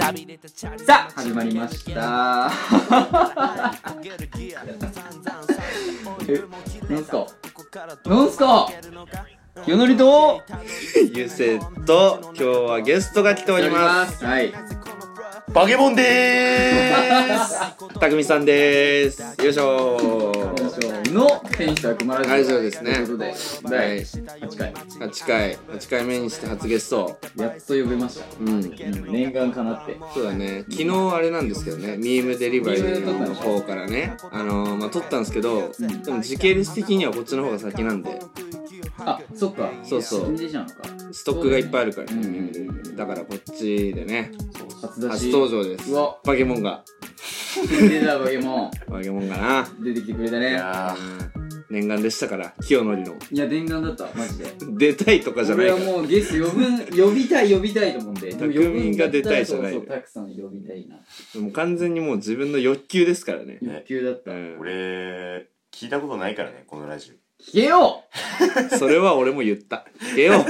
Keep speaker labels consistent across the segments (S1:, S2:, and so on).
S1: さあ始まりました えノンスコノンスコよのりと
S2: ゆせと今日はゲストが来ております
S1: すはい
S2: バケモンでーすたくみさんですよいしょー
S1: の天使と悪魔ラジオ
S2: ラジオですね
S1: ということで第8回
S2: 8回8回目にして初ゲスト
S1: やっと呼べました
S2: うん
S1: うん念願かなって
S2: そうだね昨日あれなんですけどねミームデリバリーの方からねあのー、まあ撮ったんですけど、
S1: ん
S2: でも時系列的にはこっちの方が先なんで
S1: あそっか
S2: そうそう
S1: 新人なのか
S2: ストックがいっぱいあるからね、
S1: うん
S2: ミームデリバリーだからこっちでね
S1: 初出し
S2: 初登場です
S1: うわ
S2: バケモンが
S1: 出たわけも
S2: バケモンがな
S1: 出てきてくれた
S2: い
S1: ね
S2: やー念願でしたから清則の
S1: いや念願だったマジで
S2: 出たいとかじゃない
S1: 俺
S2: か
S1: は
S2: ら
S1: もうゲス呼ぶ呼びたい呼びたいと思うんででも呼ぶんだっ
S2: 匠が出たいじゃない
S1: そうそうたくさん呼びたいな
S2: もう完全にもう自分の欲求ですからね、
S1: 欲求だった
S2: う
S1: 聞
S2: ん、
S3: 俺聞いたことないからねこのラジオ
S1: けよ
S2: それは俺も言ったえよ
S1: う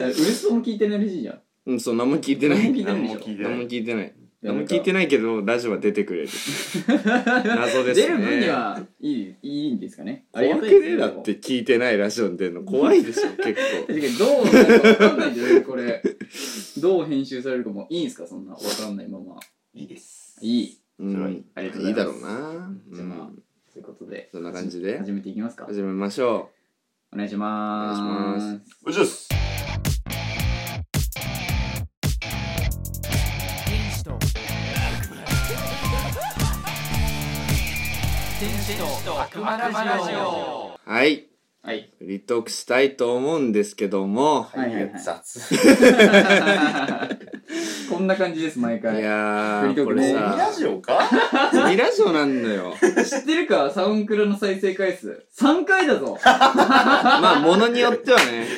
S1: ウルストも聞いてないらしいじゃん
S2: う、うん、そう何も聞いてない
S1: 何も聞いてない
S3: 何も聞いて
S2: 何
S3: な
S2: も聞いてない何
S3: い
S2: も聞いてないけどラジオは出てくれる謎です
S1: 出
S2: ね
S1: る分にはいいいいんですかねありが
S2: 怖
S1: た
S2: く
S1: い
S2: ね
S1: です
S2: え
S1: ね
S2: だって聞いてないラジオに出るの怖いでしょ結構
S1: 確かにどうなるか分かんないんだよねこれどう編集されるかもいいんすかそんな分かんないまま
S3: いいです
S1: いい
S2: うん
S3: それはいい
S1: ありがとう
S2: い
S1: ござ
S2: い
S1: います
S2: だろうな、う
S1: じゃあまあ
S2: ん、
S1: ということで
S2: そんな感じで
S1: 始めていきますか
S2: 始めましょ
S1: お願いします
S2: お願いし
S3: おじゃす
S4: 天使と天使と悪魔ラジオ
S2: うはい
S1: はい
S2: フリートークしたいと思うんですけども、
S1: はいはいはい
S3: 雑
S1: こんな感じです毎
S2: い、
S1: 回
S2: や
S1: フリートー
S2: ーこ
S1: ク
S2: れ
S1: ね
S3: ミラ
S2: さ
S3: ジオか
S2: ミラジオなんだよ
S1: 知ってるかサウンクラの再生回数3回だぞ
S2: まあ、ものによってはね。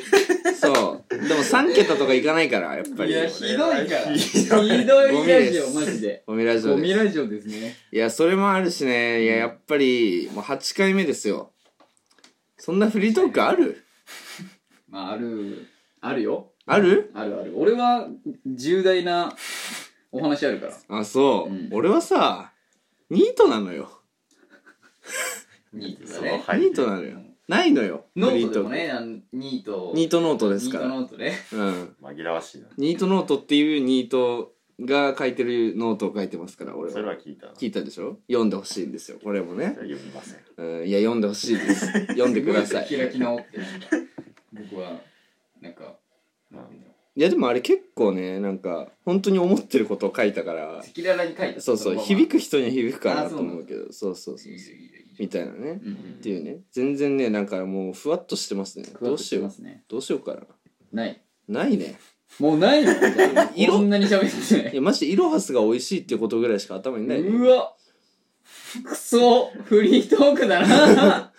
S2: そう。でも3桁とかいかないから、やっぱり。
S1: いやひどいから
S3: ひ
S1: ひど
S3: どい
S1: い
S2: ゴミ
S1: ラ
S2: で
S1: ジオ
S2: す
S1: マジで
S2: ゴミラジ
S1: ゴ
S2: オ
S1: ミ
S2: で
S1: ラジオですね
S2: いや、それもあるしね。いや、やっぱり、もう8回目ですよ。そんなフリートークある
S1: まああるあるよ
S2: ある
S1: あるある俺は重大なお話あるから
S2: あ、そう。
S1: うん
S2: 俺はさ、ニートなのよ。
S1: ニート
S3: そ
S1: だ
S3: う
S1: ね
S3: はい
S2: ニートなのよ。ないのよ。
S1: ノ
S2: フリ
S1: ートで
S2: ク
S1: もねあのニート
S2: ニートノートで
S1: ニ
S2: す
S1: ー
S2: か
S1: ト
S2: ら。
S1: ノートね
S2: うん。
S3: 紛らわしいな
S2: ニートノートっていうニートが書いてるノートを書いてますから、俺
S3: それ
S2: は。
S3: は聞いたな
S2: 聞いたでしょ読んでほしいんですよ、これもね
S3: そ。れは読みません
S2: うん、いや、読んでほし いです。読んでください。
S1: 開き直ってなんか僕はなんかなんていうの
S2: いやでもあれ結構ねなんか本当に思ってることを書いたから
S1: 赤裸々に書いた
S2: そうそう響く人には響くかなと思うけどそうそうそう
S1: いいよ
S2: そう
S1: いいよいいよ
S2: みたいなね
S1: うんうん
S2: っていうね全然ねなんかもうふわっとしてますね
S1: うん
S2: どうしよ
S1: ま
S2: う
S1: すね
S2: どうしようか
S1: ない
S2: なないね
S1: もうないよ
S2: 色
S1: こんなに喋ってない
S2: いやマジイロハスが美味しいっていうことぐらいしか頭にないね
S1: うわクソフリートークだな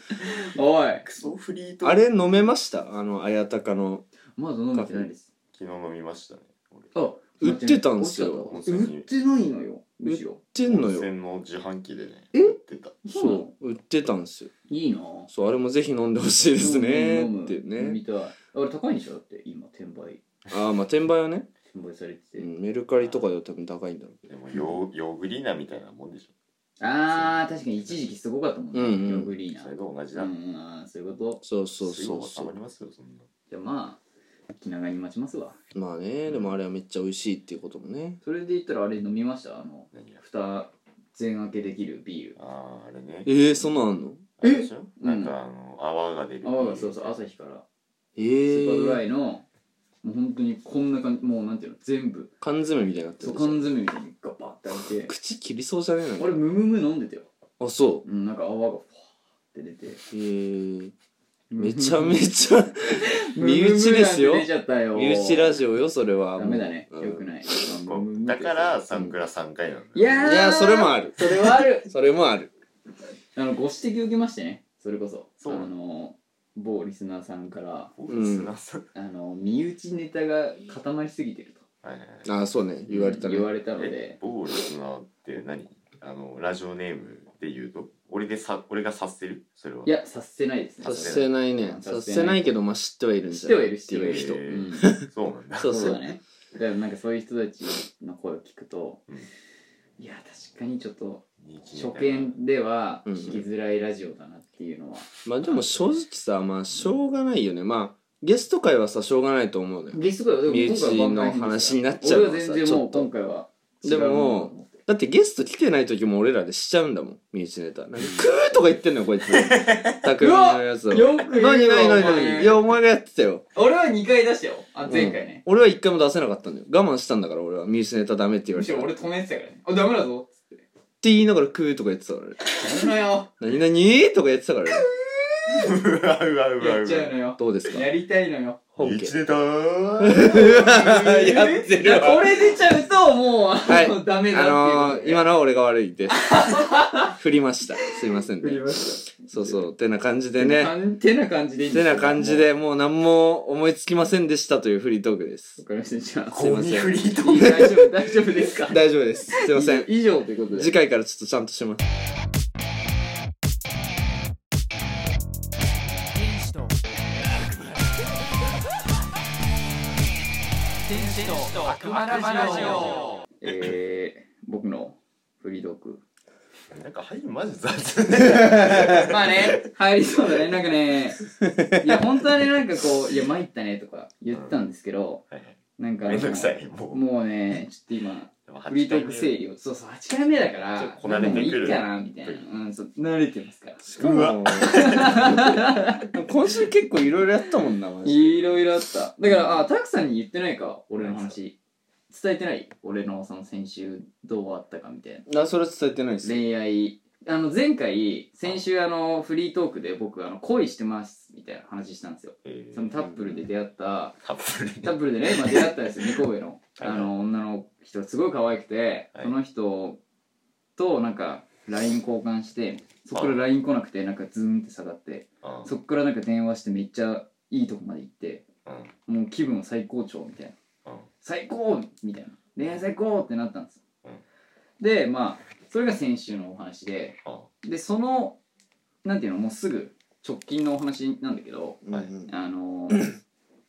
S1: おい
S3: クソフリート
S2: あれ飲めましたあの綾鷹の
S1: まだ飲めてないです
S3: 昨日飲みましたね俺
S1: あ
S2: 売ってたんすよ
S1: 美味しかった売ってないのよむしろ
S2: 売ってんの
S3: 温
S2: よ
S3: 泉の自販機でね
S1: え
S3: 売ってた
S1: そうなの
S2: そう売ってたんですよ
S1: いいなぁ
S2: そうあれもぜひ飲んでほしいですね
S1: 飲む飲む
S2: っていう
S1: 飲
S2: ね
S1: みたいあれ高いんでしょだって今転売
S2: ああまあ転売はね、
S1: 転売されてて、
S2: うんメルカリとかでは多分高いんだろう
S3: でもヨーヨーグリーナみたいなもんでし
S1: あー確かに一時期すごかったもんね、
S2: うんうん
S1: ヨーグリー
S3: ょ
S1: ナ
S3: それと同じ
S1: う
S3: だ
S1: んうんうんそういうこと
S2: そうそうそうそ
S3: すぐ
S2: う
S3: 収まりますよそんな
S1: じゃあまあ気長に待ちますわ
S2: まあねでもあれはめっちゃ美味しいっていうこともね
S1: それで言ったらあれ飲みましたあの
S3: 何や
S1: 蓋全開けできるビール
S3: あーあれね
S2: えー、そんなんあんの
S3: あれでしょ
S1: うん
S3: なんかあの泡が出る
S1: 泡がそうそう朝日から
S2: え
S1: スーパー
S2: ー、
S1: ドライの、もう本当にこんな感じもうなんていうの全部
S2: 缶詰みたいになって
S1: そう
S2: るでしょ
S1: 缶詰みたいにガバッて開いて
S2: 口切りそうじゃねえ
S1: 俺ムムム飲んでたよ、
S2: のあそ
S1: うん、なんか泡がファーって出て
S2: うえー、めちゃめちゃ身
S1: ムムム
S2: 内ですよ
S1: なんて出ちゃった よ
S2: 身内ラジオよそれは
S1: ダメだね
S2: もう
S1: よくない
S3: こうだからサンクラ3回なんだ
S1: いや
S2: うん
S1: ー
S2: いやそれもある
S1: それはある
S2: それもある
S1: あのご指摘受けましてねそれこそ
S3: そう
S1: あの某リスナーさんから
S3: オフィスなさ
S1: あの身内ネタが固まりすぎてると
S3: はいはいはい
S2: あそうね言われたね
S1: 言われたの
S3: え
S1: で、
S3: ボールスナーって何あの、ラジオネームで言うと俺でさ、俺が察せるそれは。
S1: いや察せないですね
S2: さ
S3: 察
S2: せないね
S1: さ
S2: さ
S1: せ
S2: せ
S1: な
S2: ないいけどまあ知ってはいるん
S1: 知
S2: じ
S1: って
S2: ゃな
S1: はい
S2: い
S1: る知ってはい
S3: え
S1: る
S3: ーそうなんだ。
S2: そう
S1: そ
S2: そうう
S1: だねだからなんかそういう人たちの声を聞くと、
S3: うん
S1: いや確かにちょっと
S3: 人気みたいな
S1: 初見では
S2: うん
S1: 聞きづらいラジオだなっていうのは、
S2: まあでも正直さまあしょうがないよねまあゲスト会はさしょうがないと思うのよ
S1: ゲストが
S2: 身内の話になっちゃうの
S1: 俺
S2: さ
S1: は全
S2: ち
S1: 然
S2: ょ
S1: も
S2: っ
S1: う
S2: と
S1: 今回は違
S2: で
S1: う
S2: も
S1: ものだと思って
S2: だってゲスト来てない時も俺らでしちゃうんだもん身内ネタなんかクーとか言ってんのよ こいつ匠のやつを
S1: よく言うわ
S2: 何何何
S1: お前
S2: 何いやお前がやってたよ
S1: 俺は2回出したよあ前回
S2: うん
S1: ね、
S2: 俺は一回も出せなかったんだよ我慢したんだから俺は身内ネタダメって言わ
S1: む
S2: れ
S1: してろ
S2: っ
S1: 俺
S2: て
S1: 止めてたからねあダメだぞ
S2: 言いながらクーとか言ってたから
S1: やめなよ
S2: 俺何何とか言ってたから俺
S3: うわうわうわ
S1: やっちゃうのよ
S2: どうですか
S1: やりたいのよ
S2: 本
S3: 一
S2: 家
S3: ネタ
S2: やってるわ
S1: これ出ちゃうともう、
S2: はい
S1: ダメだっ
S2: あ
S1: ていうこ
S2: の
S1: と
S2: ー、
S1: で
S2: 今のは俺が悪いです振りましたすいません
S1: 振り
S2: ね
S1: まし
S2: そうそうてな感じで
S1: た
S2: ね
S1: ねてな感じでいいん
S2: て
S1: すか
S2: な感じでもう何も思いつきませんでしたというフリートークです
S1: わかりましたじゃあ
S2: すいません
S3: フリート
S1: いい大丈夫大丈夫ですか
S2: 大丈夫ですすいません
S1: 以上ということで
S2: 次回からちょっとちゃんとします
S4: 天使と天使と悪魔ラジオ
S1: えー、僕のフリードーク
S3: ーなんか入りマジ 雑ね
S1: まあね入りそうだねなんか ねいや本当はねなんかこう「いや参ったね」とか言ったんですけど、
S3: はいはい
S1: なんか
S3: めんどくさいもう
S1: もうねちょっと今
S3: でも
S1: フリートーク整理をそうそう8回目だか
S3: ちょ
S1: ら
S3: っとこなれてくる
S1: もういいかなみたいなうんそう慣れてますから
S2: うわ今週結構いろいろやったもんなマジで
S1: いろいろあっただからあたくさんに言ってないか俺の話伝えてない俺のその先週どうあったかみたいな
S2: なそれ伝えてないです
S1: 恋愛あの前回先週あのフリートークで僕あの恋してますみたいな話したんですよ
S3: えー
S1: そのタップルで出会った
S3: タップル
S1: タップルでね今出会ったんですよ 二神戸のあの女の人すごい可愛くて、
S3: はい
S1: その人となんか LINE 交換してそこから LINE 来なくてなんかズーンって下がって
S3: あ
S1: そこからなんか電話してめっちゃいいとこまで行って
S3: うん
S1: もう気分最高潮みたいな
S3: うん
S1: 最高みたいな恋愛最高ってなったんですよ、
S3: うん
S1: でまあそれが先週のお話で
S3: あ
S1: でそのなんていうのもうすぐ直近のお話なんだけど
S2: うんうん
S1: あ のー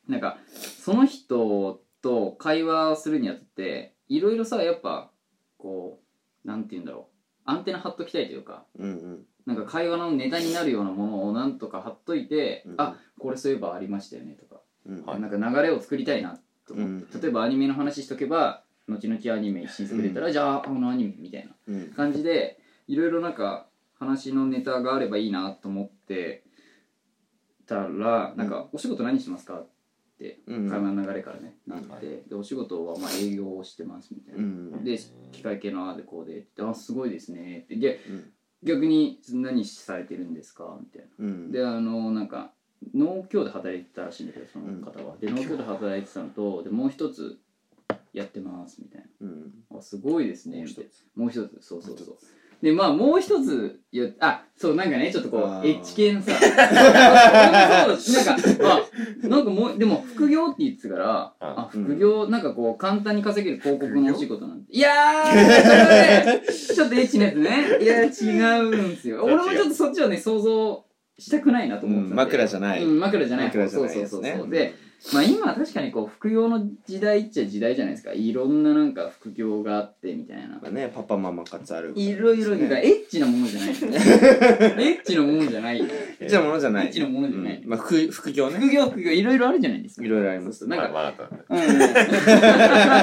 S1: なんかその人と会話をするにあたっていろいろさやっぱこうなんて言うんだろうアンテナ張っときたいというか
S2: うん
S1: なんか会話のネタになるようなものをなんとか張っといて、
S2: うん
S1: あこれそういえばありましたよねとか、
S2: うん
S3: はい
S1: なんか流れを作りたいなと思って、
S2: うん
S1: 例えばアニメの話しとけば後々アニメ新作出たら、じゃああのアニメみたいな
S2: うん
S1: 感じでいろいろなんか話のネタがあればいいなと思ってたら「なんかお仕事何してますか?」って
S2: う
S1: 会話
S2: ん
S1: の流れからねなってでお仕事はまあ営業をしてますみたいうなんで機械系のああでこうでって「あすごいですね」ってで
S2: うん
S1: 逆に「何されてるんですか?」みたいな
S2: うん
S1: であのなんか農協で働いてたらしいんだけどその方はで農協で働いてたのとでもう一つやってますみたい
S2: うん
S1: な「あすごいですね」
S2: もう
S1: み
S2: 一
S1: たいな
S2: つ
S1: もう一つそうそうそうでまあもう一つよあそうなんかねちょっとこ
S2: あ
S1: う
S2: ー
S1: エッチ系 のさ俺もそうだなんかあなんかもうでも副業って言ってたからあ
S2: うん
S1: 副業なんかこう簡単に稼げる広告のお仕事なんていやーそれねちょっとエッチなやつねいや違うんです よ俺もちょっとそっちはね想像したくないなと思ってたんで、
S2: うん枕じゃない
S1: うん、枕じゃない
S2: 枕じゃない
S1: そう
S2: や
S1: そうそ
S2: つ
S1: う
S2: ね
S1: そうで、まあ今は確かにこう副業の時代っちゃ時代じゃないですかいろんななんか副業があってみたいな
S2: うんねパパママ活ある
S1: いろいろだからエッチなものじ ゃないエッチなものじゃないエ
S2: エッチなものじゃない
S1: ッチなものじゃない、
S2: うんまあ副副業ね
S1: 副業副業いろいろあるじゃないですか
S2: いろいろあります
S1: そうそうなんか、
S3: わかった
S1: うん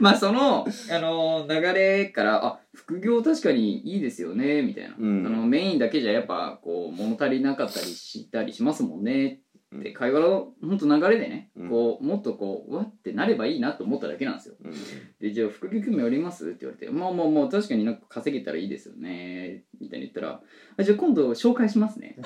S1: まあその、あの流れからあ副業確かにいいですよねみたいな、
S2: うん
S1: あのメインだけじゃやっぱこう物足りなかったりしたりしますもんねって
S2: うん
S1: 会話のほんと流れでね、
S2: うん
S1: こうもっとこううわってなればいいなと思っただけなんですよ
S2: うん
S1: でじゃあ副業興味ありますって言われて「まあまあまあ確かになんか稼げたらいいですよね」みたいに言ったら「あじゃあ今度紹介します ね」え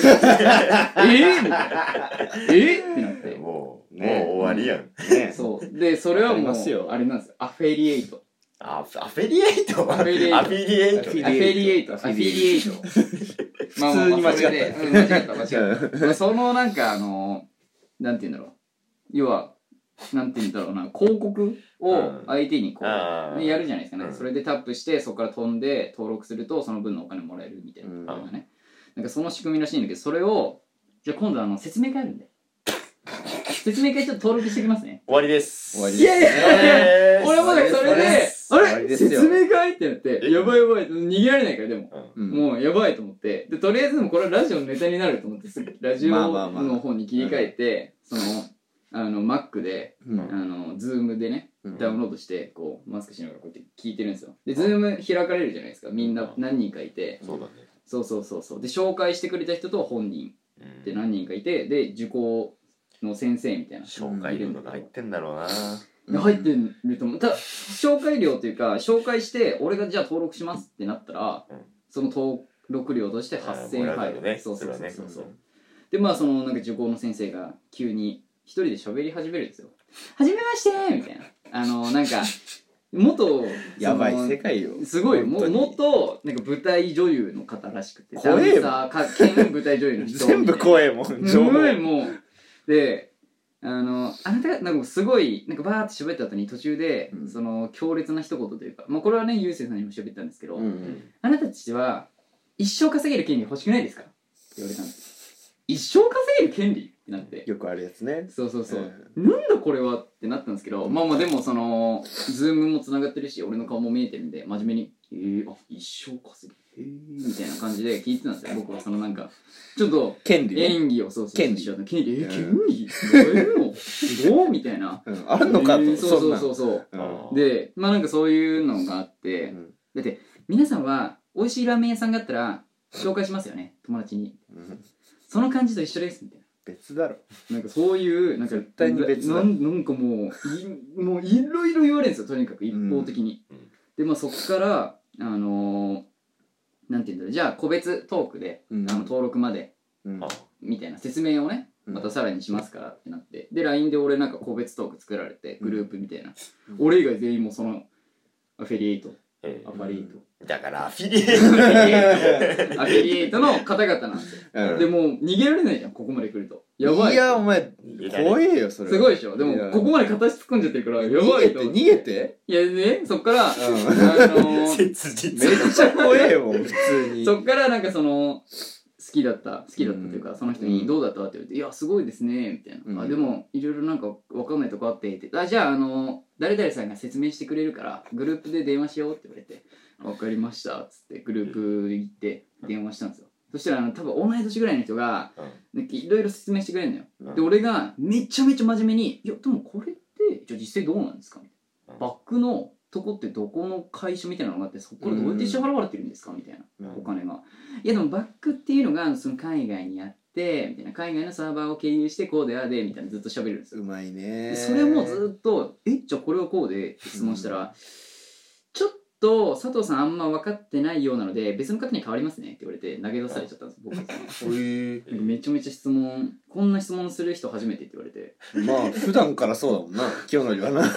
S1: ーみたいなえーってなって
S3: もう、
S2: ね
S3: もう終わりやん。
S2: ね
S1: そうでそれはも
S2: わかりますよ
S1: うあれなんですよアフェリエイト
S3: あ、アフィリエイト
S1: アフィリエイト
S3: アフィリエイト
S2: アフィリエイ
S1: アフェリエイトア
S2: ア
S1: フェ
S2: フィ
S1: リ
S2: リ
S1: エ
S2: エ
S1: イ
S2: イ
S1: ト
S2: ト
S1: まあまあまあ
S2: 普通に間違った
S1: それでうん間違った間違った
S2: う
S1: まあそのなんかあのなんて言うんだろう要はなんて言うんだろうな広告を相手にこ
S3: うんあ
S1: う、
S3: ー
S1: ねやるじゃないですかね、
S3: うん
S1: それでタップしてそこから飛んで登録するとその分のお金もらえるみたいな、
S2: うん
S1: のがねなんかその仕組みらしいんだけどそれをじゃあ今度あの説明会あるんで説明会ちょっと登録してきますね。
S3: 終わりです。
S2: 終わり
S1: いやいやいや
S3: えー
S1: 俺もだからそれで、あ
S2: 終わり
S1: れ
S2: ですよ
S1: 説明会ってなって、
S3: え
S1: やばいやばい、逃げられないから、でも。
S2: うん
S1: もうやばいと思って、で、とりあえずでもこれはラジオのネタになると思って、すぐラジオ
S2: まあまあまあ
S1: の方に切り替えて、その、あの、Mac で、
S2: うん
S1: あの、Zoom でね、
S2: うん
S1: ダウンロードして、こう、マスクしながらこうやって聞いてるんですよ。で、Zoom 開かれるじゃないですか。みんな何人かいて、
S3: そうだね。
S1: そうそうそうそう。で、紹介してくれた人と本人
S3: うん
S1: で何人かいて、で、受講の先生みたいな。
S3: 紹介料とか入ってんだろうな。
S2: うん
S1: 入ってると思うただ紹介料というか紹介して俺がじゃあ登録しますってなったら、
S3: うん
S1: その登録料として8000円
S3: あーもら
S1: 入
S3: える
S1: る、
S3: ね
S1: そうそうそうそう
S3: それはね
S1: でまあそのなんか受講の先生が急に一人で喋り始めるんですよ「はじめまして!」みたいなあのなんか元
S2: やばい
S1: その
S2: 世界よ
S1: すごいよも
S2: 本当に
S1: 元なんか舞台女優の方らしくて
S2: 怖えよ
S1: ダンサーか兼舞台女優の人
S2: 全部
S1: 怖いな
S2: 怖えもん
S1: す
S2: 情報
S1: ごいもうであのあなたがなんかすごいなんかバーって喋った後に途中で、
S2: うん
S1: その強烈な一言というか、まあ、これはねゆうせいさんにも喋ったんですけど、
S2: うんう
S3: うんん
S1: あなたたちは一生稼げる権利欲しくないですかって言われたんです一生稼げる権利ってなって
S2: よくあるやつね
S1: そうそうそう、なんだこれはってなったんですけどまあまあでもそのズームもつながってるし俺の顔も見えてるんで真面目に「えー、あ一生稼げるへーみたいな感じで聞いてたんですよ僕はそのなんかちょっと
S2: 権利ね
S1: 演技をそうそう
S2: 権利
S1: しようと権利え
S2: うん
S1: 権利どういうのどうみたいな
S2: うんあるのか
S1: え
S2: と
S1: ーそうそう
S2: そ
S1: そ
S2: ん
S1: うそう
S2: な
S3: あー
S1: でまあなんかそういうのがあって、
S2: うん
S1: だって皆さんは美味しいラーメン屋さんがあったら紹介しますよね友達に
S2: うんうん
S1: その感じと一緒ですみたいな
S2: 別だろ
S1: なんかそういうなんか
S2: 絶対に別だ
S1: なんなんかもういもういろいろ言われるんですよとにかく一方的に、
S3: うんうん
S1: でまあそこからあのーなんて言うんだろうじゃあ個別トークで、
S2: うん
S1: あの登録まで
S2: うん
S3: あ
S1: みたいな説明をね
S2: うん
S1: またさらにしますからってなって、で LINE で俺なんか個別トーク作られて
S2: うん
S1: グループみたいな、
S2: うん
S1: 俺以外全員もそのアフィリエイト
S3: え
S1: アファリエイ ト、
S3: えだからアフィリエイト。
S1: アフィリエイトの方々なんですよ、
S2: うん
S1: でもう逃げられないじゃんここまで来るとやばい
S2: やお前怖えよそれ
S1: すごいでしょで
S2: い
S1: も
S2: や
S1: ここまで形突っ込んじゃってるからや
S2: 逃
S1: ば
S2: げ
S1: い
S2: て
S1: と思っ
S2: 逃
S1: て
S2: げて
S1: いやねそっから、あ
S2: うん
S1: のー
S3: 切実。
S2: めっちゃ怖 えもん普通に
S1: そっからなんかその好きだった好きだったというか、
S2: うん
S1: その人に「どうだった?」って言われて「いやすごいですね」みたいな「
S2: うん
S1: あでもいろいろなんか分かんないとこあって」ってあ「じゃああの誰々さんが説明してくれるからグループで電話しよう」って言われて「分かりました」っつってグループ行って電話したんですよ、そしたらあの多分同い年ぐらいの人がなんかいろいろ説明してくれるのよ、
S3: うん
S1: で俺がめちゃめちゃ真面目に「いやでもこれってじゃあ実際どうなんですか?」みたいな
S3: うん
S1: バックのとこってどこの会社みたいなのがあってそこからどうやって支払われてるんですかみたいな
S2: うん
S1: お金が。いやでもバックっていうのがその海外にあってみたいな海外のサーバーを経由してこうでああでみたいなずっと喋るんですよ。
S2: うまい
S1: で
S2: ね
S1: それもずっと「えじゃあこれをこうで」質問したら、ちょっと佐藤さんあんま分かってないようなので別の方に変わりますね」って言われて投げ出されちゃったんです僕。
S2: へえ
S1: なんかめちゃめちゃ質問こんな質問する人初めてって言われて
S2: まあ普段からそうだもんな清則はな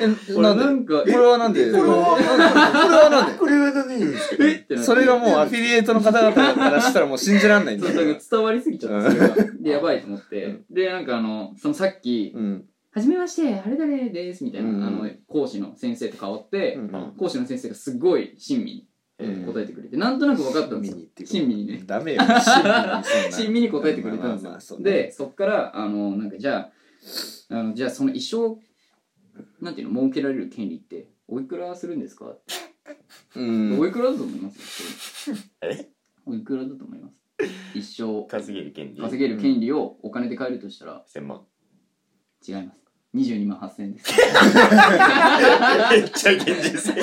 S1: え
S2: なんで
S1: なんか
S2: これはなんでこれはなんでこれは
S3: これは何で
S1: え
S3: す
S1: ってな
S2: なんで
S1: って
S2: それがもうアフィリエイトの方々からしたらもう信じらんないん
S1: そ
S2: だ
S1: うなんか伝わりすぎちゃってそれが でやばいと思って、でなんかあのそのさっき
S2: うん
S1: はじめまして、あれだれですみたいな、
S2: うんうん
S1: あの講師の先生と変わって、
S2: うんうん
S1: 講師の先生がすごい親身に答えてくれて、なんとなく分かったんですよ。親身にね。
S2: ダメよ親身
S1: 親身に答えてくれたんですよ。で、そっから、あの、なんかじゃあ、あのじゃあその一生、なんていうの、設けられる権利って、おいくらするんですか、
S2: う
S1: お
S2: ん
S1: いくらだと思います
S3: え
S1: おいくらだと思います一生
S3: 稼げる権利。
S1: 稼げる権利をお金で買えるとしたら、
S3: 千万。
S1: 違います。22万8000円です。
S3: めっちゃ現実。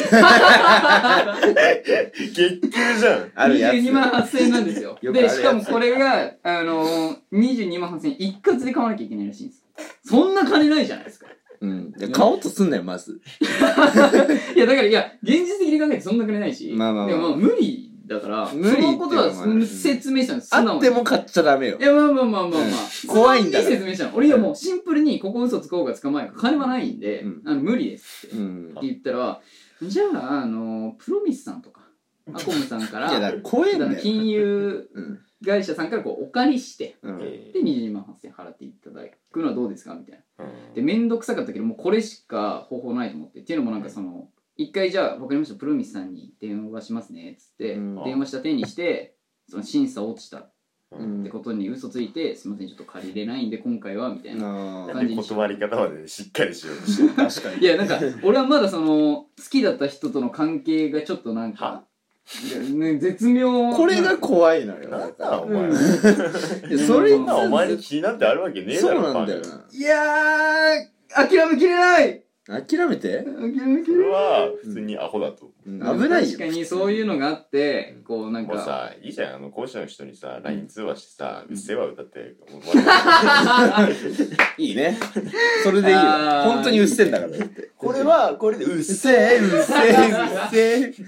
S3: 月給じゃん。
S2: あるやつ
S1: 22万8000円なんですよ。
S2: よくある
S1: で、
S2: やつ
S1: しかもこれが、あのー、22万8000円一括で買わなきゃいけないらしいんです。そんな金ないじゃないですか。
S2: うんで買おうとすんなよまず
S1: いや、だから、いや、現実的に考えてそんな金ないし、
S2: まあまあまあ
S1: でも無理だから、
S2: 無理ってい
S1: そ
S2: うの
S1: のこ
S2: もあ
S1: と
S2: る
S1: は説明したんです。素直
S2: あ
S1: に
S2: っても買っちゃダメよ
S1: いや、まあまあまあまあまあ
S2: うん。怖いんだか
S1: 素
S2: ら
S1: 直に説明したの。俺はもうシンプルに、ここ嘘つこうがつかまえようが、金はないんで、
S2: うん
S1: あの無理ですって。
S2: うん
S1: って言ったら、じゃあ、あのー、プロミスさんとか、アコムさんか
S2: い
S1: ら、
S2: やだから怖えん
S1: あの
S2: だよ
S1: 金融
S2: うん
S1: 会社さんからこうお借りして、
S2: うん
S3: え
S1: で22万8000円払っていただくのはどうですかみたいな。
S3: え
S1: で面倒くさかったけどもうこれしか方法ないと思ってっていうのもなんかその一回じゃあ分かりましたプロミスさんに電話しますねっつって、
S2: うん
S1: 電話した手にしてその審査落ちた
S3: う
S2: うん
S3: ん
S1: ってことに嘘ついて「すいませんちょっと借りれないんで今回は」みたいな。
S2: あ
S3: なんで断り方までしっかりしようとしてる
S2: あ確か
S1: いやなんか俺はまだその好きだった人との関係がちょっとなん
S3: は
S1: か、ね、絶妙な
S2: これが怖いのよ
S3: なん
S2: だから
S3: だお前、
S1: うん
S2: いやそれ
S1: うん
S3: なお前に気なんてあるわけねえだ
S2: そ
S3: ろ
S2: うなんだよ
S3: パン
S1: いやー諦めきれない
S2: な諦めて、
S1: 諦めき
S3: それ
S1: れない
S3: は普通にアホだと、
S2: うん危ないよ
S1: 確かにそういうのがあってこうなん
S3: もう
S1: か
S3: さいいじゃんあの講師の人にさ LINE 通話してさ「
S1: う
S3: うんっせぇわ」歌ってもう
S2: いいねそれでいいよ
S1: あー
S2: 本当にうっせえんだ からだって
S3: これはこれで「うっ
S2: うっ
S3: せ
S2: せえうっせえうっせえ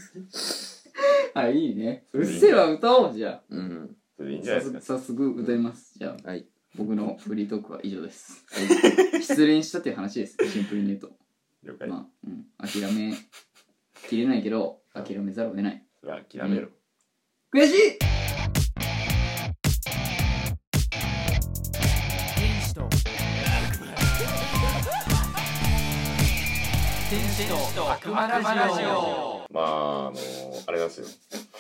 S1: あいいねうっせぇわ歌おうじゃ
S2: うん
S3: それでいいん
S1: あ
S3: じゃない
S1: 早
S3: です
S1: 速
S3: か
S1: 早速歌いますじゃあ
S2: はい
S1: 僕のフリートークは以上 です失恋したっていう話ですシンプルに言うと
S3: 了解、
S1: まあ、うん、諦めきれないけど諦めざるを得ない
S3: それは諦めろ、
S1: 悔しい
S4: 天使と悪魔天使と悪魔ラジオ
S3: まああのあれなんですよ、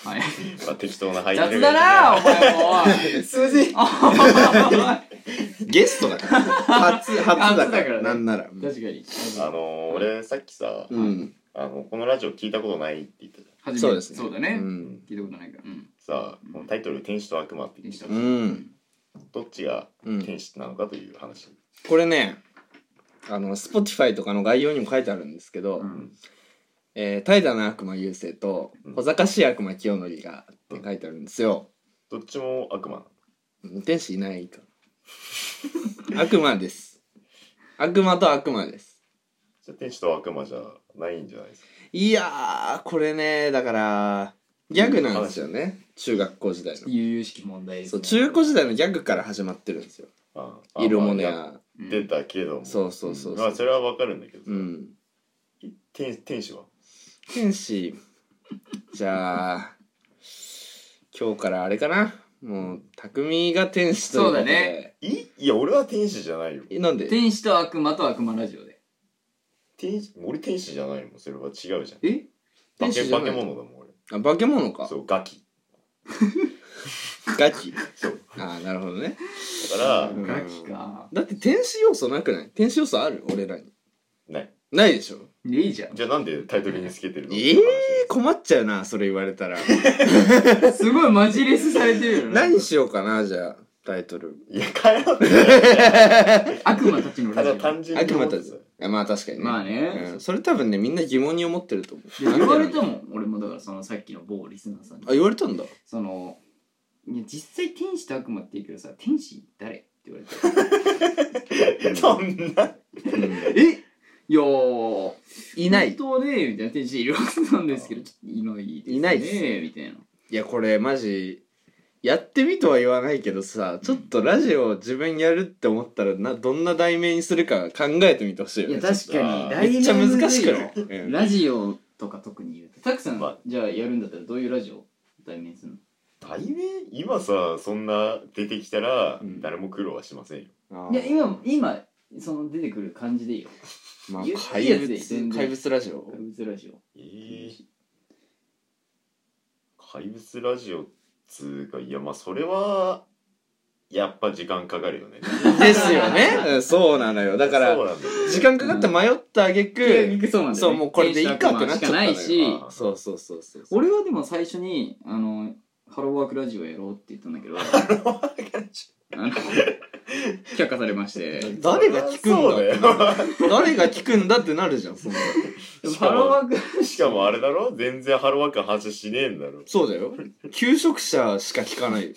S1: はい
S3: まあ、適当な配
S1: 雑だなお前も
S2: すいません
S1: お
S2: ゲストだから初初だ
S1: 初
S2: か
S1: だかららね
S2: なんなら
S1: い確かに
S3: あの俺さっきさ、
S2: うん
S3: あの「このラジオ聞いたことない」って言ったじゃ
S1: 初め
S3: ん
S1: て
S2: そうですね
S1: そうだ
S2: う
S1: ね、
S2: ん
S1: 聞いたことないからうん
S3: さあこのタイトル「天使と悪魔」って言ってた
S2: う
S1: 天
S2: ん
S3: どっちが
S2: うん
S3: 天使なのかという話、
S2: これねあの Spotify とかの概要にも書いてあるんですけど、
S1: うん
S2: えー怠惰な悪魔優勢と
S3: うん
S2: 小賢しい悪魔清則がって書いてあるんですよ、
S3: どっちも悪魔
S2: 天使いないから悪魔です悪魔と悪魔です
S3: じゃあ天使と悪魔じゃないんじゃないですか
S2: いやーこれねだからギャグなんですよね中学校時代の
S1: 悠々しき問題です、ね、
S2: そう中学校時代のギャグから始まってるんですよ
S3: ああ
S2: いるもの
S3: まあや
S2: や
S3: ってたけども、
S2: そうそうそう
S3: ま
S2: そ
S3: あ
S2: う
S3: それはわかるんだけど、
S2: うん
S3: 天天使は
S2: 天使じゃあ今日からあれかなもう匠が天使ということで
S1: そうだね
S3: いいや俺は天使じゃないよ
S2: えなんで
S1: 天使と悪魔と悪魔ラジオで
S3: 天使俺天使じゃないもんそれは違うじゃん
S1: え
S3: 化
S2: 天使
S3: け
S2: じゃ
S3: 化
S2: ない
S3: け物だもん俺
S2: あ化け物か
S3: そうガキ
S2: ガキ
S3: そう
S2: ああなるほどね
S3: だから
S2: うん
S1: ガキか
S2: だって天使要素なくない天使要素ある俺らに
S3: ない
S2: ないでしょ
S1: ねえじゃん
S3: じゃあなんでタイトルにつけてるの
S2: ええ困っちゃうなそれ言われたら
S1: すごいマジレスされてるよね
S2: 何しようかなじゃあタイトル
S3: いや変えろって
S1: 悪魔たちの
S3: た
S1: ラジ
S3: だ
S1: オ
S3: 単純に
S2: 悪魔たちあまあ確かにね,、
S1: まあね
S2: うん、それ多分ねみんな疑問に思ってると思う
S1: いや言われたもん俺もだからそのさっきの某リスナーさんに
S2: あ言われたんだ
S1: そのいや実際天使と悪魔って言うけどさ天使誰って言われて
S3: そんな
S1: えいやー
S2: いない
S1: 本当ねみたいな天使いるはずなんですけどちょっといないですね
S2: いないっす
S1: みたいない
S2: やこれマジやってみとは言わないけどさちょっとラジオ自分やるって思ったらなどんな題名にするか考えてみてほしいよ
S1: い
S2: ね
S1: や確かに
S3: か
S1: 題名
S2: めっちゃ
S1: むずいよ
S2: 難しくない、うん
S1: ラジオとか特に言うとたくさん、
S3: まあ
S1: じゃあやるんだったらどういうラジオ題名するの
S3: 題名今さそんな出てきたら
S2: うん
S3: 誰も苦労はしませんよ
S2: あー
S1: いや今今その出てくる感じでいいよ
S2: まあ、
S1: 言って
S2: 怪
S1: いいやつでいい全
S2: 物
S1: 然
S2: 怪物ラジオ
S1: 怪物ラジオ
S3: えー怪物ラジオっつうかいやまあそれはやっぱ時間かかるよね
S2: ですよ ね、うんそうなのよだから
S3: そうなんだよ
S2: 時間かかって迷った挙句
S1: そうなんだよね
S2: そうもうこれでいいかってなっちゃったのよ
S1: 天使と悪魔しかないし
S3: あー
S2: そうそうそうそうそう
S1: 俺はでも最初にあのハローワークラジオやろうって言ったんだけ どあの却下されまして
S2: 誰が聞くんだ
S3: そうだよ
S2: 誰が聞くんだってなるじゃんそんな
S1: でもハローワーク
S3: しかもあれだろ全然ハローワークの話しねえんだろ
S2: そうだよ求職者しか聞かない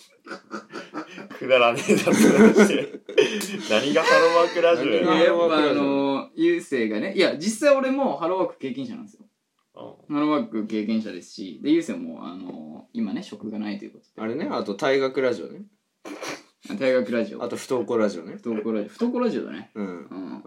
S3: くだらねえだろそれ 何がハローワークラジオ
S2: い
S1: い
S3: や
S1: や
S2: 何
S3: ね
S2: が
S1: やっぱあの優勢がねいや実際俺もハローワーク経験者なんですよハローワーク経験者ですしで優勢もあの今ね職がないということ
S2: あれねあと退学ラジオね
S1: で大学ラジオ
S2: あと不登校ラジオね
S1: 不登校ラジオ不登校ラジオだね
S2: うん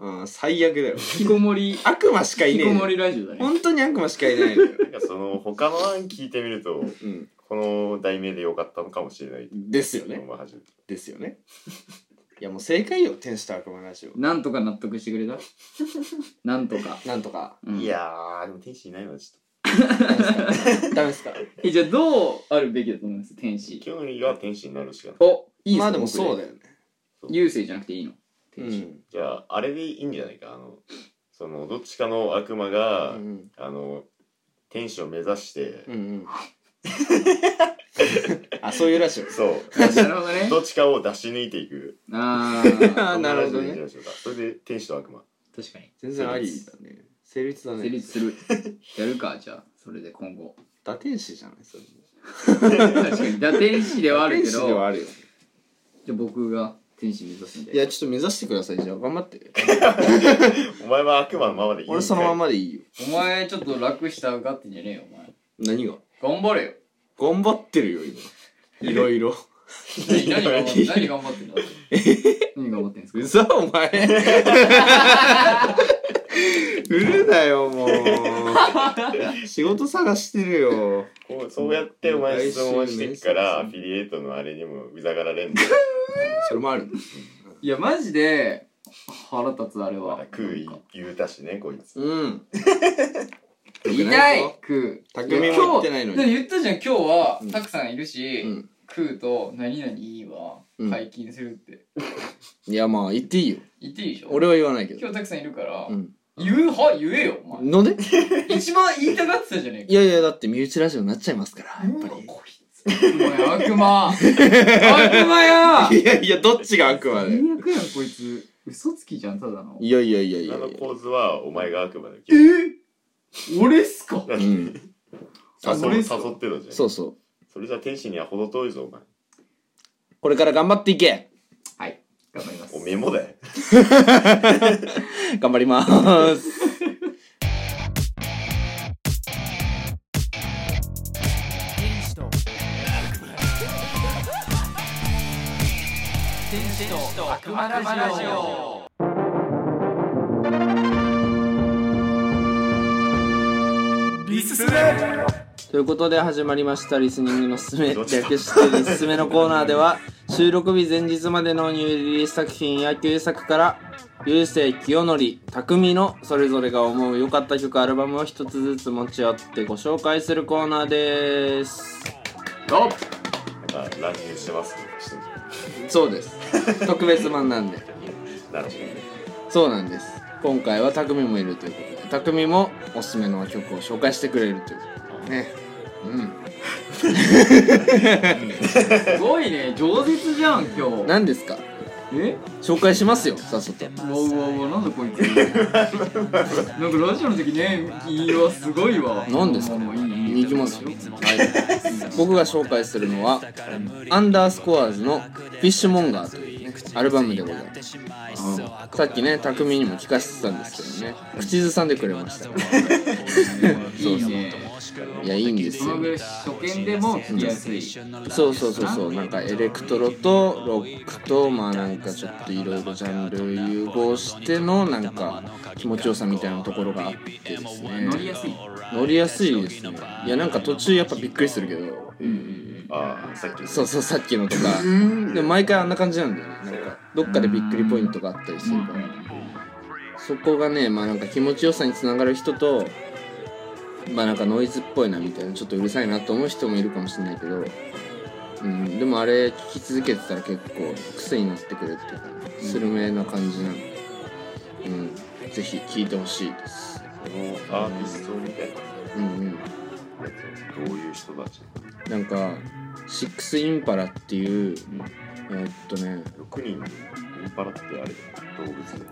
S1: うん
S2: うん、最悪だよ。
S1: 引きこもり
S2: 悪魔しかい
S1: 引
S2: ね
S1: き
S2: え
S1: こ
S2: の
S1: も
S2: よ。
S1: りラジオだね
S2: 本当に悪魔しかいないのよ。
S3: なんかその他の案聞いてみると
S2: うん。
S3: この題名でよかったのかもしれない
S2: ですよね。
S3: まあ初めて
S2: ですよね。いやもう正解よ、天使と悪魔ラジオ。
S1: なんとか 納得してくれたなんとか
S2: なんとか。
S1: うん
S3: いやーでも天使いないわちょっ
S2: ダメですか
S1: えじゃあどうあるべきだと思います天使
S3: 興味が天使になるしかない
S1: おいいっすね
S2: まあでもそうだよね
S1: 優勢じゃなくていいの
S2: 天使
S3: じゃああれでいいんじゃないかあのそのどっちかの悪魔が、
S2: うん
S3: あの天使を目指して、
S2: うん あそういうラジオ
S3: そう
S1: なるほどね
S3: どっちかを出し抜いていく
S1: あー
S2: あーなるほどね
S3: そんな感じでいいんじゃないでしょうかそれで天使と悪魔
S1: 確かに
S2: 全然ありだね成立だ
S1: 成
S2: ね
S1: 立するやるかじゃあそれで今後
S2: 打天使じゃないそれ
S1: 確かに打天使ではあるけ
S2: 天使では
S1: ど
S2: あるよ
S1: じゃあ僕が天使目指すんで
S2: いやちょっと目指してくださ いじゃあ頑張って
S3: お前は悪魔のままでいいんかい
S2: 俺そのままでいいよ
S1: お前ちょっと楽したがってんじゃねえよお
S2: 何が
S1: 前頑張れよ
S2: 頑張ってるよ 今いろ いろ
S1: 何何頑張って何頑張ってんだって何頑張ってんですか
S2: うざお 前売るなよもう仕事探してるよ
S3: こうそうやってお前質問してくからアフィリエイトのあれにもうざがられんだよ
S2: それもある
S1: いやマジで腹立つあれ
S3: ま
S1: は
S3: だ食う言うたしねこいつ
S2: うん
S1: 痛い食う
S2: 匠も
S1: いや
S2: 言ってないの
S1: 今日でも
S2: に
S1: 言ったじゃん今日は
S2: うん
S1: たくさんいるし、
S2: うん
S1: 食うと何々いいわ
S2: うん
S1: 解禁するって
S2: いやまあ言っていいよ
S1: 言っていいでしょ
S2: 俺は言わないけど
S1: 今日たくさんいるから、
S2: うん
S1: 言うは言えよお前
S2: ので
S1: 一番言いたがってたじゃねえ
S2: いやいやだって身内ラジオになっちゃいますからやっぱ
S1: かこいつお前悪魔悪魔や
S2: りいやいやどっちが悪魔だよ
S1: 最悪やんこいつ嘘つきじゃんただの
S2: いやいやいやいや
S3: 今
S2: いや
S3: の構図はお前が悪魔だよ
S1: えー俺っすか
S2: うん
S3: 誘
S1: あ俺
S3: 誘
S1: っすか
S3: ってるじゃん
S2: そうそう
S3: それじゃ天使には程遠いぞお前
S2: これから頑張っていけ
S1: はい頑張ります
S3: おメモだよ
S2: 頑張ります
S4: 天使と悪魔天使と悪魔ラジオリスレ
S2: ということで始まりました「リスニングのすすめ」略して「リスすめ」のコーナーでは収録日前日までのニューリリース作品や旧作から流星清則匠のそれぞれが思う良かった曲アルバムを一つずつ持ち寄ってご紹介するコーナーです
S1: お
S3: なんか乱入してますね人に
S2: そうです特別版なんで
S3: なるほどね
S2: そうなんです今回は匠もいるということで匠もおすすめの曲を紹介してくれるということでね
S1: すごいね饒舌じゃん今
S2: うん
S1: 日
S2: 何ですか
S1: え
S2: 紹介しますよさっそと
S1: うわうわうわなんだこいつなんかラジオの時ねいいわすごいわ
S2: 何ですか
S1: もういいいい
S2: いきますよ、はい、僕が紹介するのはアンダースコアーズの「フィッシュモンガー」という、ね、アルバムでございます、さっきね匠にも聞かせてたんですけどね口ずさんでくれました
S1: いいね
S2: いやいいんです
S1: この
S2: よ
S1: ぐらい初見でも聞きやすい
S2: そうそうそうそうなんかエレクトロとロックとまあなんかちょっといろいろジャンル融合してのなんか気持ちよさみたいなところがあってですね
S1: 乗りやすい
S2: 乗りやすいですねいやなんか途中やっぱびっくりするけど
S3: ああさっき
S2: そうそうさっきのとかでも毎回あんな感じなんだよねなんかどっかでびっくりポイントがあったりするからそこがねまあなんか気持ちよさにつながる人とまあなんかノイズっぽいなみたいなちょっとうるさいなと思う人もいるかもしれないけど、うん、でもあれ聞き続けてたら結構癖になってくるっていうか、スルメな感じなので、うん、ぜひ聴いてほしいです
S3: このアーティストみたいなや
S2: うんうん
S3: つはどういう人たち
S2: なんかシックスインパラっていう、えーっとね
S3: 6人でインパラってあれ動物で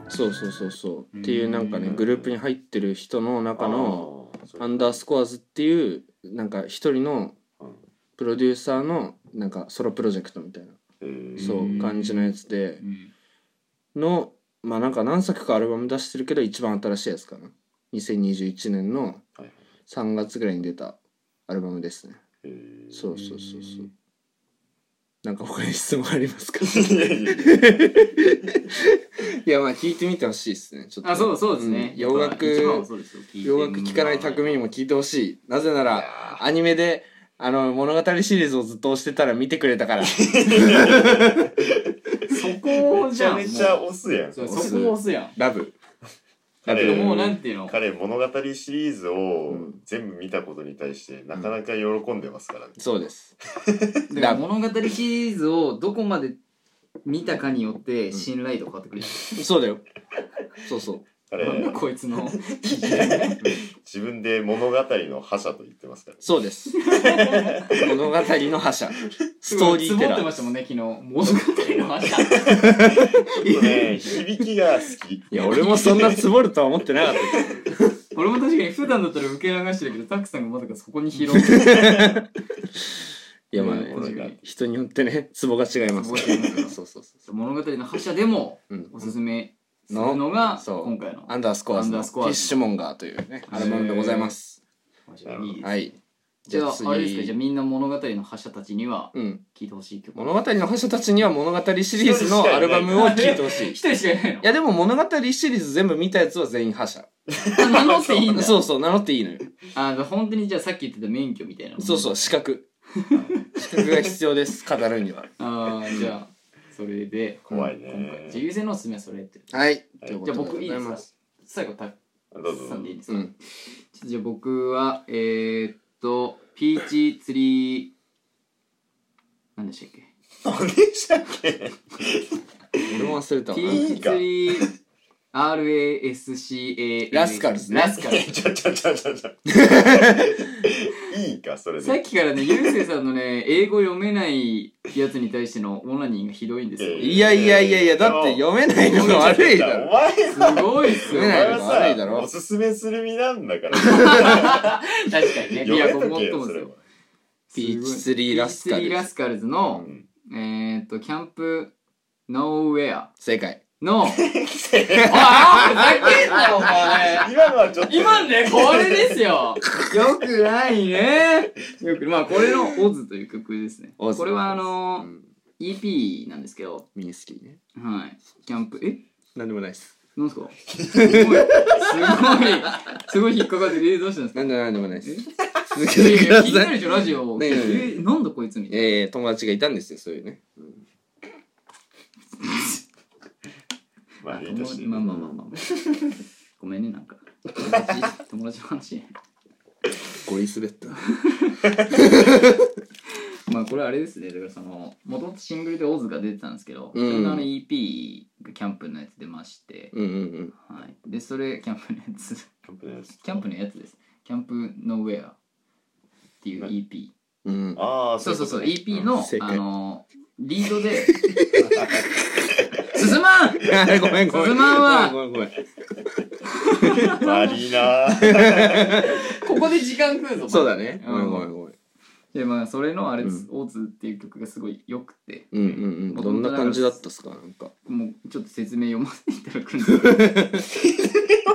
S2: そうそうそうそうっていうなんかねグループに入ってる人の中の
S3: あーそう
S2: アンダースコアズっていうなんか一人の
S3: うん
S2: プロデューサーのなんかソロプロジェクトみたいな
S3: えー
S2: そう感じのやつで
S1: うん
S2: のまあなんか何作かアルバム出してるけど一番新しいやつかな2021年の
S3: はい
S2: 3月ぐらいに出たアルバムですね
S3: えー
S2: そうそうそうそうなんか他に質問ありますか
S3: いやいやいや
S2: いやまあ聞いてみてほしいですねちょっと
S1: あそうそうですね
S2: ん洋
S1: 一番
S2: 楽
S1: はそうですよ聞いて
S2: 洋楽聴かない匠にも聞いてほしいなぜならアニメであの物語シリーズをずっと押してたら見てくれたから
S1: そこ
S3: めち
S1: じゃ
S3: ゃ
S1: ん
S3: めちゃ押すやん
S1: もうそうそこ押すやん
S2: ラブ
S1: ちょっと
S3: 彼
S1: もうなんていうの
S3: 彼物語シリーズを
S2: うん
S3: 全部見たことに対してなかなか喜んでますからね、
S2: そうです
S1: だから物語シリーズをどこまで見たかによって信頼度変わってくるじ
S2: そうだよそうそう
S1: ゃん、
S3: 彼
S1: こいつの
S3: 自分で物語の覇者と言っ てますから
S2: そうです 物語の覇者ストーリ
S1: つ
S2: ーテ
S1: ぼっ
S2: ラ
S1: てましたも
S2: ー
S1: んね昨日物語の話だ
S3: ちょっとね響きが好き
S2: いや俺もそんなつぼるとは思ってなかったけど
S1: 俺も確かに普段だったら受け流してるけどタックさんがまさかそこに拾って
S2: いやまあね
S1: うん
S2: なんか人によってねツボが違いますか
S1: ツボ違いますからら
S2: そうそうそ
S1: 物語の覇者でも
S2: う、うん
S1: おすすめするのが
S2: そう
S1: 今回の
S2: アンダースコアズ
S1: アンダ
S2: の
S1: ー
S2: フ
S1: ス
S2: ィ
S1: コアズ
S2: ッシュモンガーというねアルバムでございます
S1: いいです
S2: はい
S1: じゃああれですかじゃあ
S2: あ
S1: みんな物語の覇者たちには
S2: うん
S1: 聴いてほしい曲
S2: 物語の覇者たちには物語シリーズのアルバムを聴いて ほしい
S1: 一人しかいないの
S2: いやでも物語シリーズ全部見たやつは全員覇者
S1: あ名乗っていいんだ
S2: そうそう名乗っていいのよ
S1: あの本当にじゃあさっき言ってた免許みたいな
S2: そうそう資 格資格が必要です語るには
S1: ああじゃあそれで
S3: 怖い
S1: 今回
S3: ね
S1: 自由戦のおすすめはそれって
S2: はい
S3: はい
S2: というこ
S1: じ
S2: と
S1: ゃあ僕いい
S2: ご
S1: で
S2: ざ
S1: すか
S2: ます
S1: 最後たっ
S3: どうぞ
S1: さんでいいです
S2: う
S1: かちょ
S2: ん
S1: っとじゃあ僕はえー、っとピーチツリー何でしたっけ
S3: 何でしたっけ
S2: 俺も忘れたわ
S1: ピ
S2: な
S1: ーチツリー RASCA
S2: ラスカルズね
S1: ラスカルズ
S3: ちょちょちょちょちょ いいかそれで
S1: さっきからねゆうせいさんのね英語読めないやつに対してのオナニーがひどいんですよ
S3: え
S2: いやいやいやいやだって読めないのが悪いだ
S3: お
S2: ろ
S3: 前
S1: すごいっす
S3: お
S1: よ
S2: 読めないのが
S3: 前はさ
S2: 悪いだろ
S3: おすすめする身なんだか ら
S1: 確かにね
S3: 読
S1: いや
S3: め
S1: ご
S3: と
S1: もっ
S3: け
S1: と
S3: よ
S1: もで
S3: そ
S1: す
S3: れは
S1: よ
S2: ピーチツリーラスカ
S1: ピーチツ
S2: ルズ
S1: リーラスカルズの
S3: う、ん
S1: えーっとキャンプノーウェア
S2: 正解
S1: のああふざけんなよお前
S3: 今のはちょっと
S1: 今ねこれですよ よくないねよくまあこれの「オズ」という曲ですね
S2: オズ
S1: これはあ
S2: う
S1: のー
S2: ん
S1: EP なんですけど
S2: ミニスキーね
S1: はいキャンプえ
S2: なんでもないです
S1: なんですかすごいすごいすごい引っかかってえどうしたんですか
S2: なんでもなんでもないです続
S1: いや
S2: け
S1: い
S2: てく
S1: や
S2: だ
S1: 気になるで
S2: さい
S1: しょラジオ
S2: ねえねえねえ
S1: えなんだこいつみたい
S2: えー友達がいたんですよそういうね
S3: まあいいと
S1: な
S3: して
S1: まあまあまあまあごめんねなんか友達友達の話ね
S2: ゴリ滑った
S1: まあこれあれですねだからそのもともとシングルで「オズ」が出てたんですけど、
S2: うん
S1: それのあの EP がキャンプのやつ出まして、
S2: うんうんうん
S1: はい、でそれキャンプのやつ
S3: キャンプのやつ
S1: キャンプのやつですキャンプのウェアっていう EP
S2: うん
S3: ああ
S1: そうそうそう
S3: い
S1: EP の、
S2: 正解
S1: あのリード で進まん
S2: あ ごめんごめん
S1: すまんわ
S2: ごめんごめんごめん
S3: いなー
S1: ここで時間食うぞ
S2: そうだね
S1: う
S2: ご
S1: ん
S2: めんごめんごめん
S1: でまあそれのあれです
S2: う
S1: 「オズ」っていう曲がすごい良くて
S2: うんうんうんどんな感じだったっすかなんか
S1: もうちょっと説明読ませていただくんですけ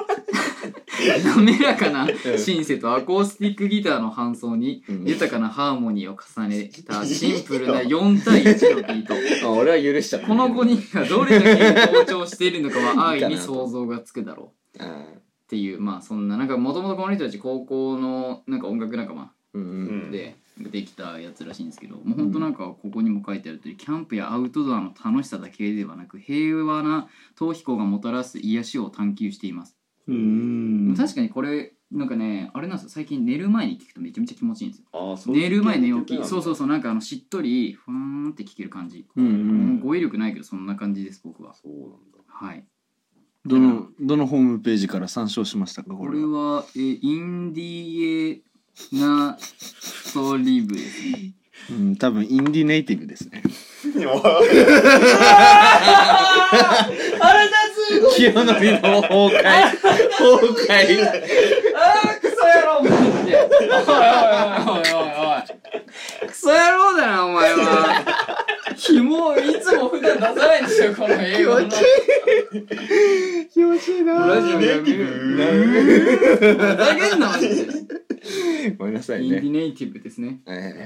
S1: ど滑らかなシンセとアコースティックギターの伴奏に
S2: うん
S1: 豊かなハーモニーを重ねたシンプルな4対1のビート
S2: あ俺は許した
S1: この5人がどれだけ好調しているのかは安易に想像がつくだろう
S2: あー
S1: っていうまあそんななんかもともとこの人たち高校のなんか音楽仲間
S2: うんう
S3: うんん
S1: でできたやつらしいんですけどもうほんとなんかここにも書いてある通りキャンプやアウトドアの楽しさだけではなく平和な逃避行がもたらす癒しを探求しています、
S2: うん
S1: 確かにこれなんかねあれなんですよ最近寝る前に聞くとめちゃめちゃ気持ちいいんですよ
S3: あーそう
S1: 寝る前寝起きそう
S3: う
S1: そうそうなんかあのしっとりふわーんって聞ける感じ、
S2: うんう
S1: もう語彙力ないけどそんな感じです僕は
S3: そうなんだ
S1: はい
S2: どのどのホームページから参照しましたかこ
S1: こ
S2: れ
S1: れ
S2: は
S1: はえインディエナソリブですね
S2: うん多分インディネイティブですね
S3: でもい
S2: 清則の崩壊崩壊
S1: あークソ野郎マジでおいおいおいおいおいクソ野郎だなお前は紐をいつも普段出さないんですよこの映画のラ
S2: 気持ちいいな
S1: ジオやめるふざけんなマジで
S2: ごめんなさい
S1: インデ
S2: ね
S1: ィネイティブですね、
S2: はいはいはい
S1: は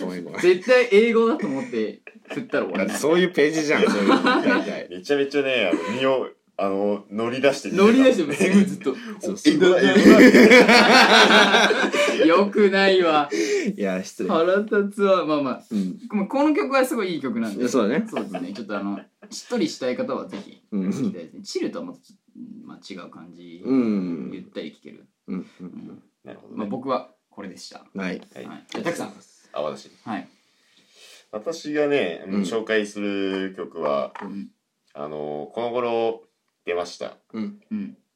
S2: ごめんごめ
S1: い、絶対英語だと思って振ったら終わ
S2: ん
S1: り
S2: そういうページじゃんそういうの大体
S3: めちゃめちゃねあの身をあの乗り出して
S1: ノリ出して
S3: る
S1: もすぐずっと
S2: そうそう
S3: 英語だ英語 だ
S1: よくないわ
S2: いや失礼
S1: 腹立つわまあまあ
S2: うん
S1: まあこの曲はすごいいい曲なんで
S2: そうだね
S1: そうですねちょっとあのしっとりしたい方はぜひ
S2: う
S1: 聞き
S2: ん
S1: たいですねチルとはまたまあ、違う感じ、
S2: うん
S1: ゆったり聴ける、
S2: うん
S1: うん
S3: なるほどね。
S1: まあ、僕はこれでした、
S2: うんはい
S3: はい
S1: はい、じゃあたくさん
S3: あ、私。
S1: はい
S3: 私がね、
S2: うん
S3: 紹介する曲は、
S1: うん
S3: あの、この頃出ました。
S1: うん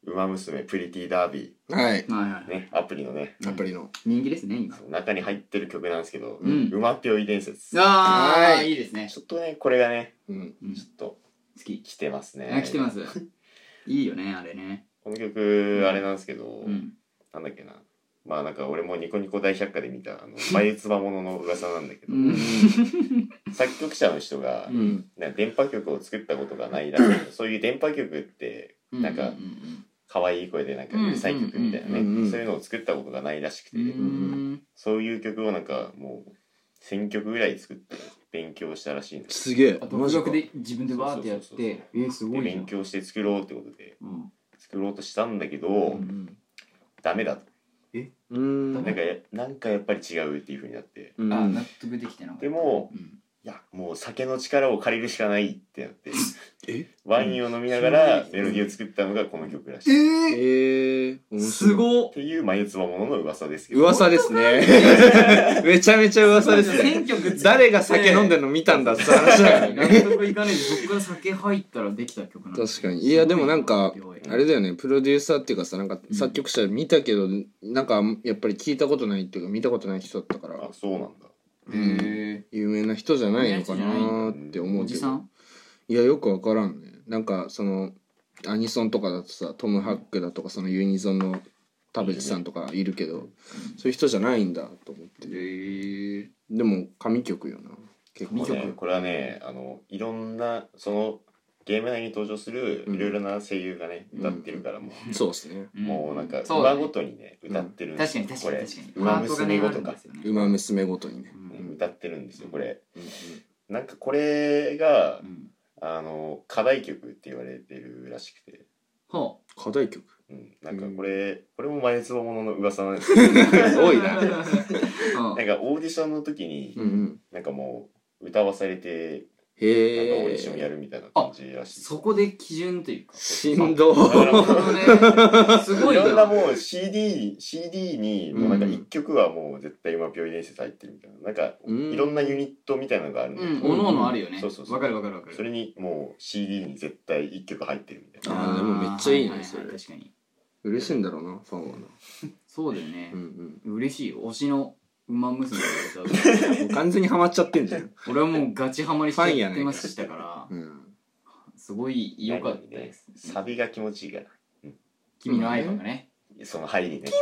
S3: ウマ娘プリティダービ
S2: はい
S1: はいはい
S3: ー。ね、アプリのね、
S2: アプリの
S1: 人気ですね今
S3: 中に入ってる曲なんですけど、
S1: う
S3: うんまぴょい伝説。
S1: ああ
S2: はい
S1: いいですね
S3: ちょっとね、これがね、
S2: うん
S1: うん
S3: ちょっと
S1: 好き
S3: 来てますね。
S1: あ来てますいいよねあれね
S3: この曲、あれなんですけど、
S1: うん
S3: なんだっけな。まあなんか俺もニコニコ大百科で見た、あの、眉唾物の噂なんだけど
S1: う、ん
S3: 作曲者の人が
S1: う、ん
S3: なんか電波曲を作ったことがないだけど、そういう電波曲って、なんか
S1: うう
S3: 可愛い声でなんかうるさい曲みたいなね、
S2: うんうんうんうん
S3: そういうのを作ったことがないらしくて、
S1: うんうん
S3: そういう曲をなんかもう1000曲ぐらい作って勉強したらしいんです
S2: すげえ
S1: あ
S2: マ
S1: 独
S2: ジか
S1: 学で自分でわーってやっ
S3: そうそうそう
S1: てえす
S3: で
S1: ごいじゃ
S3: 勉
S1: ん
S3: 強して作ろうってことで
S1: うん
S3: 作ろうとしたんだけど、
S2: うん
S3: ダメだと
S2: うん
S3: なんかやなんかやっぱり違うっていうふうになって
S2: うん
S1: あ納得できてなかった
S3: でも
S1: うん
S3: いやもう酒の力を借りるしかないってなって
S2: え
S3: ワインを飲みながらメロディーを作ったのがこの曲らしい。っ
S1: え
S2: ええ
S1: ーす
S2: い
S1: ごって
S3: いう眉唾ものの噂ですけど
S2: 噂ですねめちゃめちゃ噂ですね
S1: 選曲 作って
S2: 誰が酒飲んでるの見たんだって話だよ
S1: 納
S2: ね
S1: 得いかねえでそっから酒入ったらできた曲なんだ
S2: 確かにいやでもなんか
S1: すごいな
S2: あれだよねプロデューサーっていうかさなんか作曲者見たけど、なんかやっぱり聞いたことないっていうか見たことない人だったから
S3: あそうなんだ。
S1: へ
S2: 有名な人じゃないのかなーって
S1: え
S2: 思
S1: お
S2: うけ
S1: じ
S2: ど
S1: さん
S2: いやよくわからんねなんかそのアニソンとかだとさトム・ハックだとかそのユニゾンの田淵さんとかいるけどそういう人じゃないんだと思って
S1: へえ
S2: でも神曲よな結
S3: も
S2: 構
S3: うね、これはねあのいろんなそのゲーム内に登場するいろいろな声優がね、
S2: うん
S3: 歌ってるからもう,、
S2: そうですね
S3: もうなんか
S1: そうだ
S3: 馬
S1: ね
S3: ごとにね歌ってるん
S1: 確かに確かに確かに
S3: これ馬娘ごとか、
S2: 「馬娘」ごとにね、
S3: うん歌ってるんですよこれ、
S2: うん
S3: なんかこれが
S1: う、ん
S3: あの課題曲って言われてるらしくて、
S1: ほう
S2: 課題曲
S3: うん、なんかこれ、これも前つのものの噂なんですけど
S2: 多い な
S1: う
S2: うん
S1: ん
S3: なんかオーディションの時に、
S2: うん
S3: なんかもう歌わされてなんかオー
S2: へ
S3: ディションや
S2: え
S3: るみたいな感じらしい、
S1: そこで基準というか
S2: しんどー
S3: だからもう
S1: なるほどねすご
S3: い
S1: いな
S3: ろんなもう CD, CD にもうなんか1曲はもう絶対今病院伝説入ってるみたいななんか
S2: うん
S3: いろんなユニットみたいなのがあるんだ
S1: うん
S3: け
S1: お
S3: ど、
S1: のおのあるよね
S3: そうそうそう
S1: わかるわかるわかる
S3: それにもう CD に絶対1曲入ってるみたいな
S2: あーでもめっちゃいいね
S1: ははは
S2: それ
S1: 確かに
S2: 嬉しいんだろうなファンはな
S1: そうだよね
S2: うん
S1: 嬉しいよ推しの馬娘が歌うから
S2: うんもう完全にハマっちゃってんじゃん
S1: 俺はもうガチハマりしちゃ
S2: ファンや
S1: っ
S2: ね
S1: てましたから
S2: うん
S1: すごい良かったです
S3: サビが気持ちいいから
S1: 君の愛とかね
S3: その入りね
S1: そう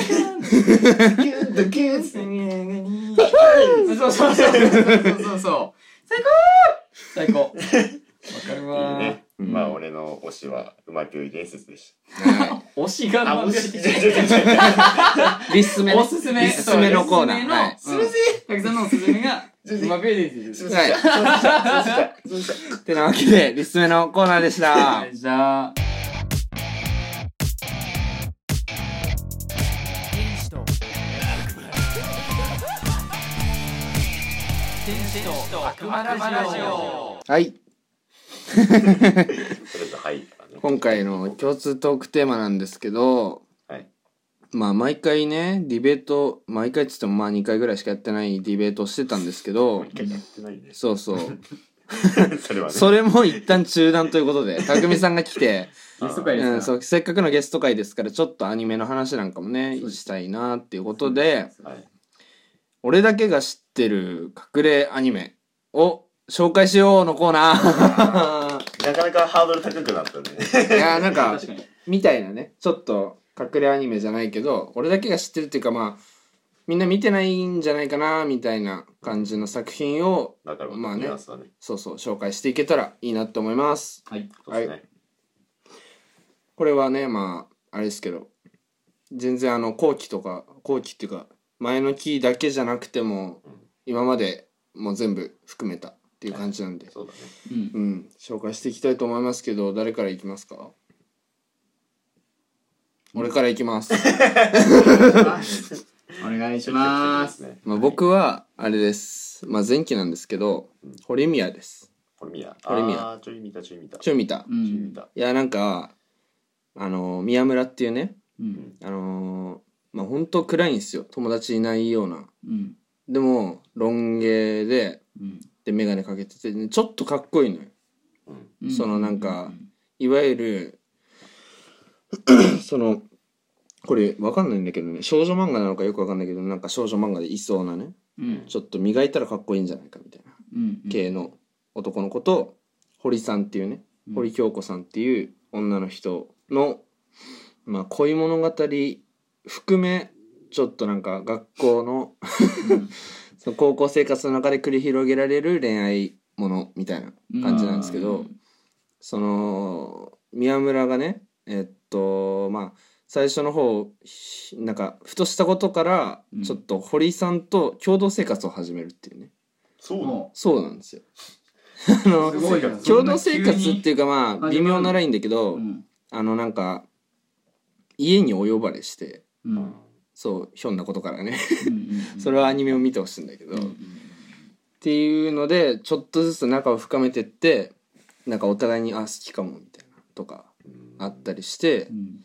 S1: そうそうそうそうそう最高最高わかるわ
S3: ね、
S2: うん
S3: まあ俺の推しはうま病院伝説でし
S2: は
S1: 推しが
S3: たあ
S1: 漫画
S3: 推
S1: 的
S3: し違う違う違う
S2: いリスメね
S1: おすすめ
S2: リスメのコーナーはい
S1: すめたくさんのおすすめ が馬ペイです
S3: すいま
S2: はいてなわけでリスメのコーナーでした
S1: じゃあ
S4: 天使と天使と悪魔ラジオ
S2: はい
S3: せんとりあえずはいからね
S2: 今回の共通トークテーマなんですけど、
S3: はい
S2: まあ毎回ねディベート毎回っつってもまあ2回ぐらいしかやってないディベートをしてたんですけど
S3: 一回やってないね
S2: そうそう
S3: それはね
S2: それも一旦中断ということで匠さんが来て、
S1: ゲスト会で
S2: うん、
S1: すか
S2: そうせっかくのゲスト会ですからちょっとアニメの話なんかもね
S1: そうです
S2: したいなっていうことで
S3: はい
S2: 俺だけが知ってる隠れアニメを紹介しようのコーナ ー
S3: なかなかハードル高くなったね
S2: いやーなんか
S1: 確かに
S2: みたいなねちょっと隠れアニメじゃないけど俺だけが知ってるっていうかまあみんな見てないんじゃないかなみたいな感じの作品を
S3: だから
S2: まあね
S3: ニュアンスはね
S2: そうそう紹介していけたらいいなと思います
S1: はい
S3: そうですね
S2: これはねまああれですけど全然あの後期とか後期っていうか前の期だけじゃなくても今までもう全部含めたっていう感じなんで、
S3: そうだね
S1: うん
S2: うん、紹介していきたいと思いますけど誰からいきますか俺からいきます
S1: お願いします。
S3: ね。
S2: まあ、僕はあれです、まあ、前期なんですけど
S3: うん
S2: 堀宮です
S3: これ見や。
S2: これ見や
S3: あーちょい見たちょい見た。
S2: ちょい見た
S1: う
S3: ちょい見
S1: ん。
S3: た。
S2: いやなんかあの宮村っていうね
S1: うん
S2: あのまあ本当暗いんですよ友達いないような
S1: うん
S2: でもロン毛で
S1: うん
S2: で眼鏡かけててねちょっとかっこいいのよ
S1: うん
S2: そのなんかいわゆる そのこれわかんないんだけどね少女漫画なのかよくわかんないけどなんか少女漫画でいそうなね
S1: うん
S2: ちょっと磨いたらかっこいいんじゃないかみたいな
S1: うんうん
S2: 系の男の子と堀さんっていうね
S1: うん
S2: 堀京子さんっていう女の人の、まあ、恋物語含めちょっとなんか学校の その高校生活の中で繰り広げられる恋愛ものみたいな感じなんですけど、
S1: うん
S2: その宮村がねえっとまあ最初の方ひなんかふとしたことから
S1: うん
S2: ちょっと堀さんと共同生活を始めるっていうね
S3: そうなの
S1: も
S2: そうな んですよ。あの
S1: うすごいよ
S2: 共同生活っていうかまあ
S1: あ
S2: 微妙なラインだけ
S1: う
S2: ど、
S1: ん
S2: あのなんか家にお呼ばれして
S1: うんうん
S2: そうひょんなことから ね
S1: うん
S2: それはアニメを見てほしいんだけど、
S1: うんう
S2: っ
S1: ん
S2: ていうのでちょっとずつ仲を深めてってなんかお互いに「あ好きかも」みたいなとかあったりして
S1: うん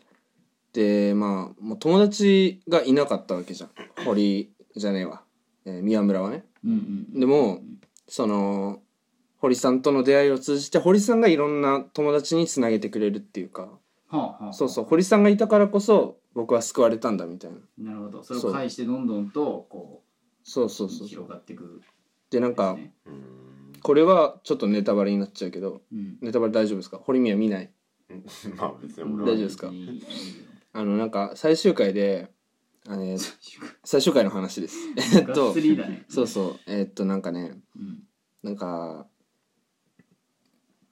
S2: でまあもう友達がいなかったわけじゃん堀じゃねえわ、えー宮村はね。
S1: うんうん
S2: でもその堀さんとの出会いを通じて堀さんがいろんな友達につなげてくれるっていうか
S1: はあはあ
S2: そうそう堀さんがいたからこそ僕は救われたんだみたいな
S1: なるほどそれを返してどんどんとこ
S2: そうそううそう
S1: 広がっていく
S2: でなん
S1: です
S2: か
S1: ね
S3: うん
S2: これはちょっとネタバレになっちゃうけど
S1: うん
S2: ネタバレ大丈夫ですか堀宮見ない
S3: うんまあ別に
S2: 大
S3: 俺
S2: 丈
S3: は
S2: 夫ですか
S1: いいいいよ
S2: あのなんか最終回であのね最終回の話ですえっ
S1: がっ
S2: と
S1: つりだね
S2: そうそうえっとなんかね
S1: うん
S2: なんか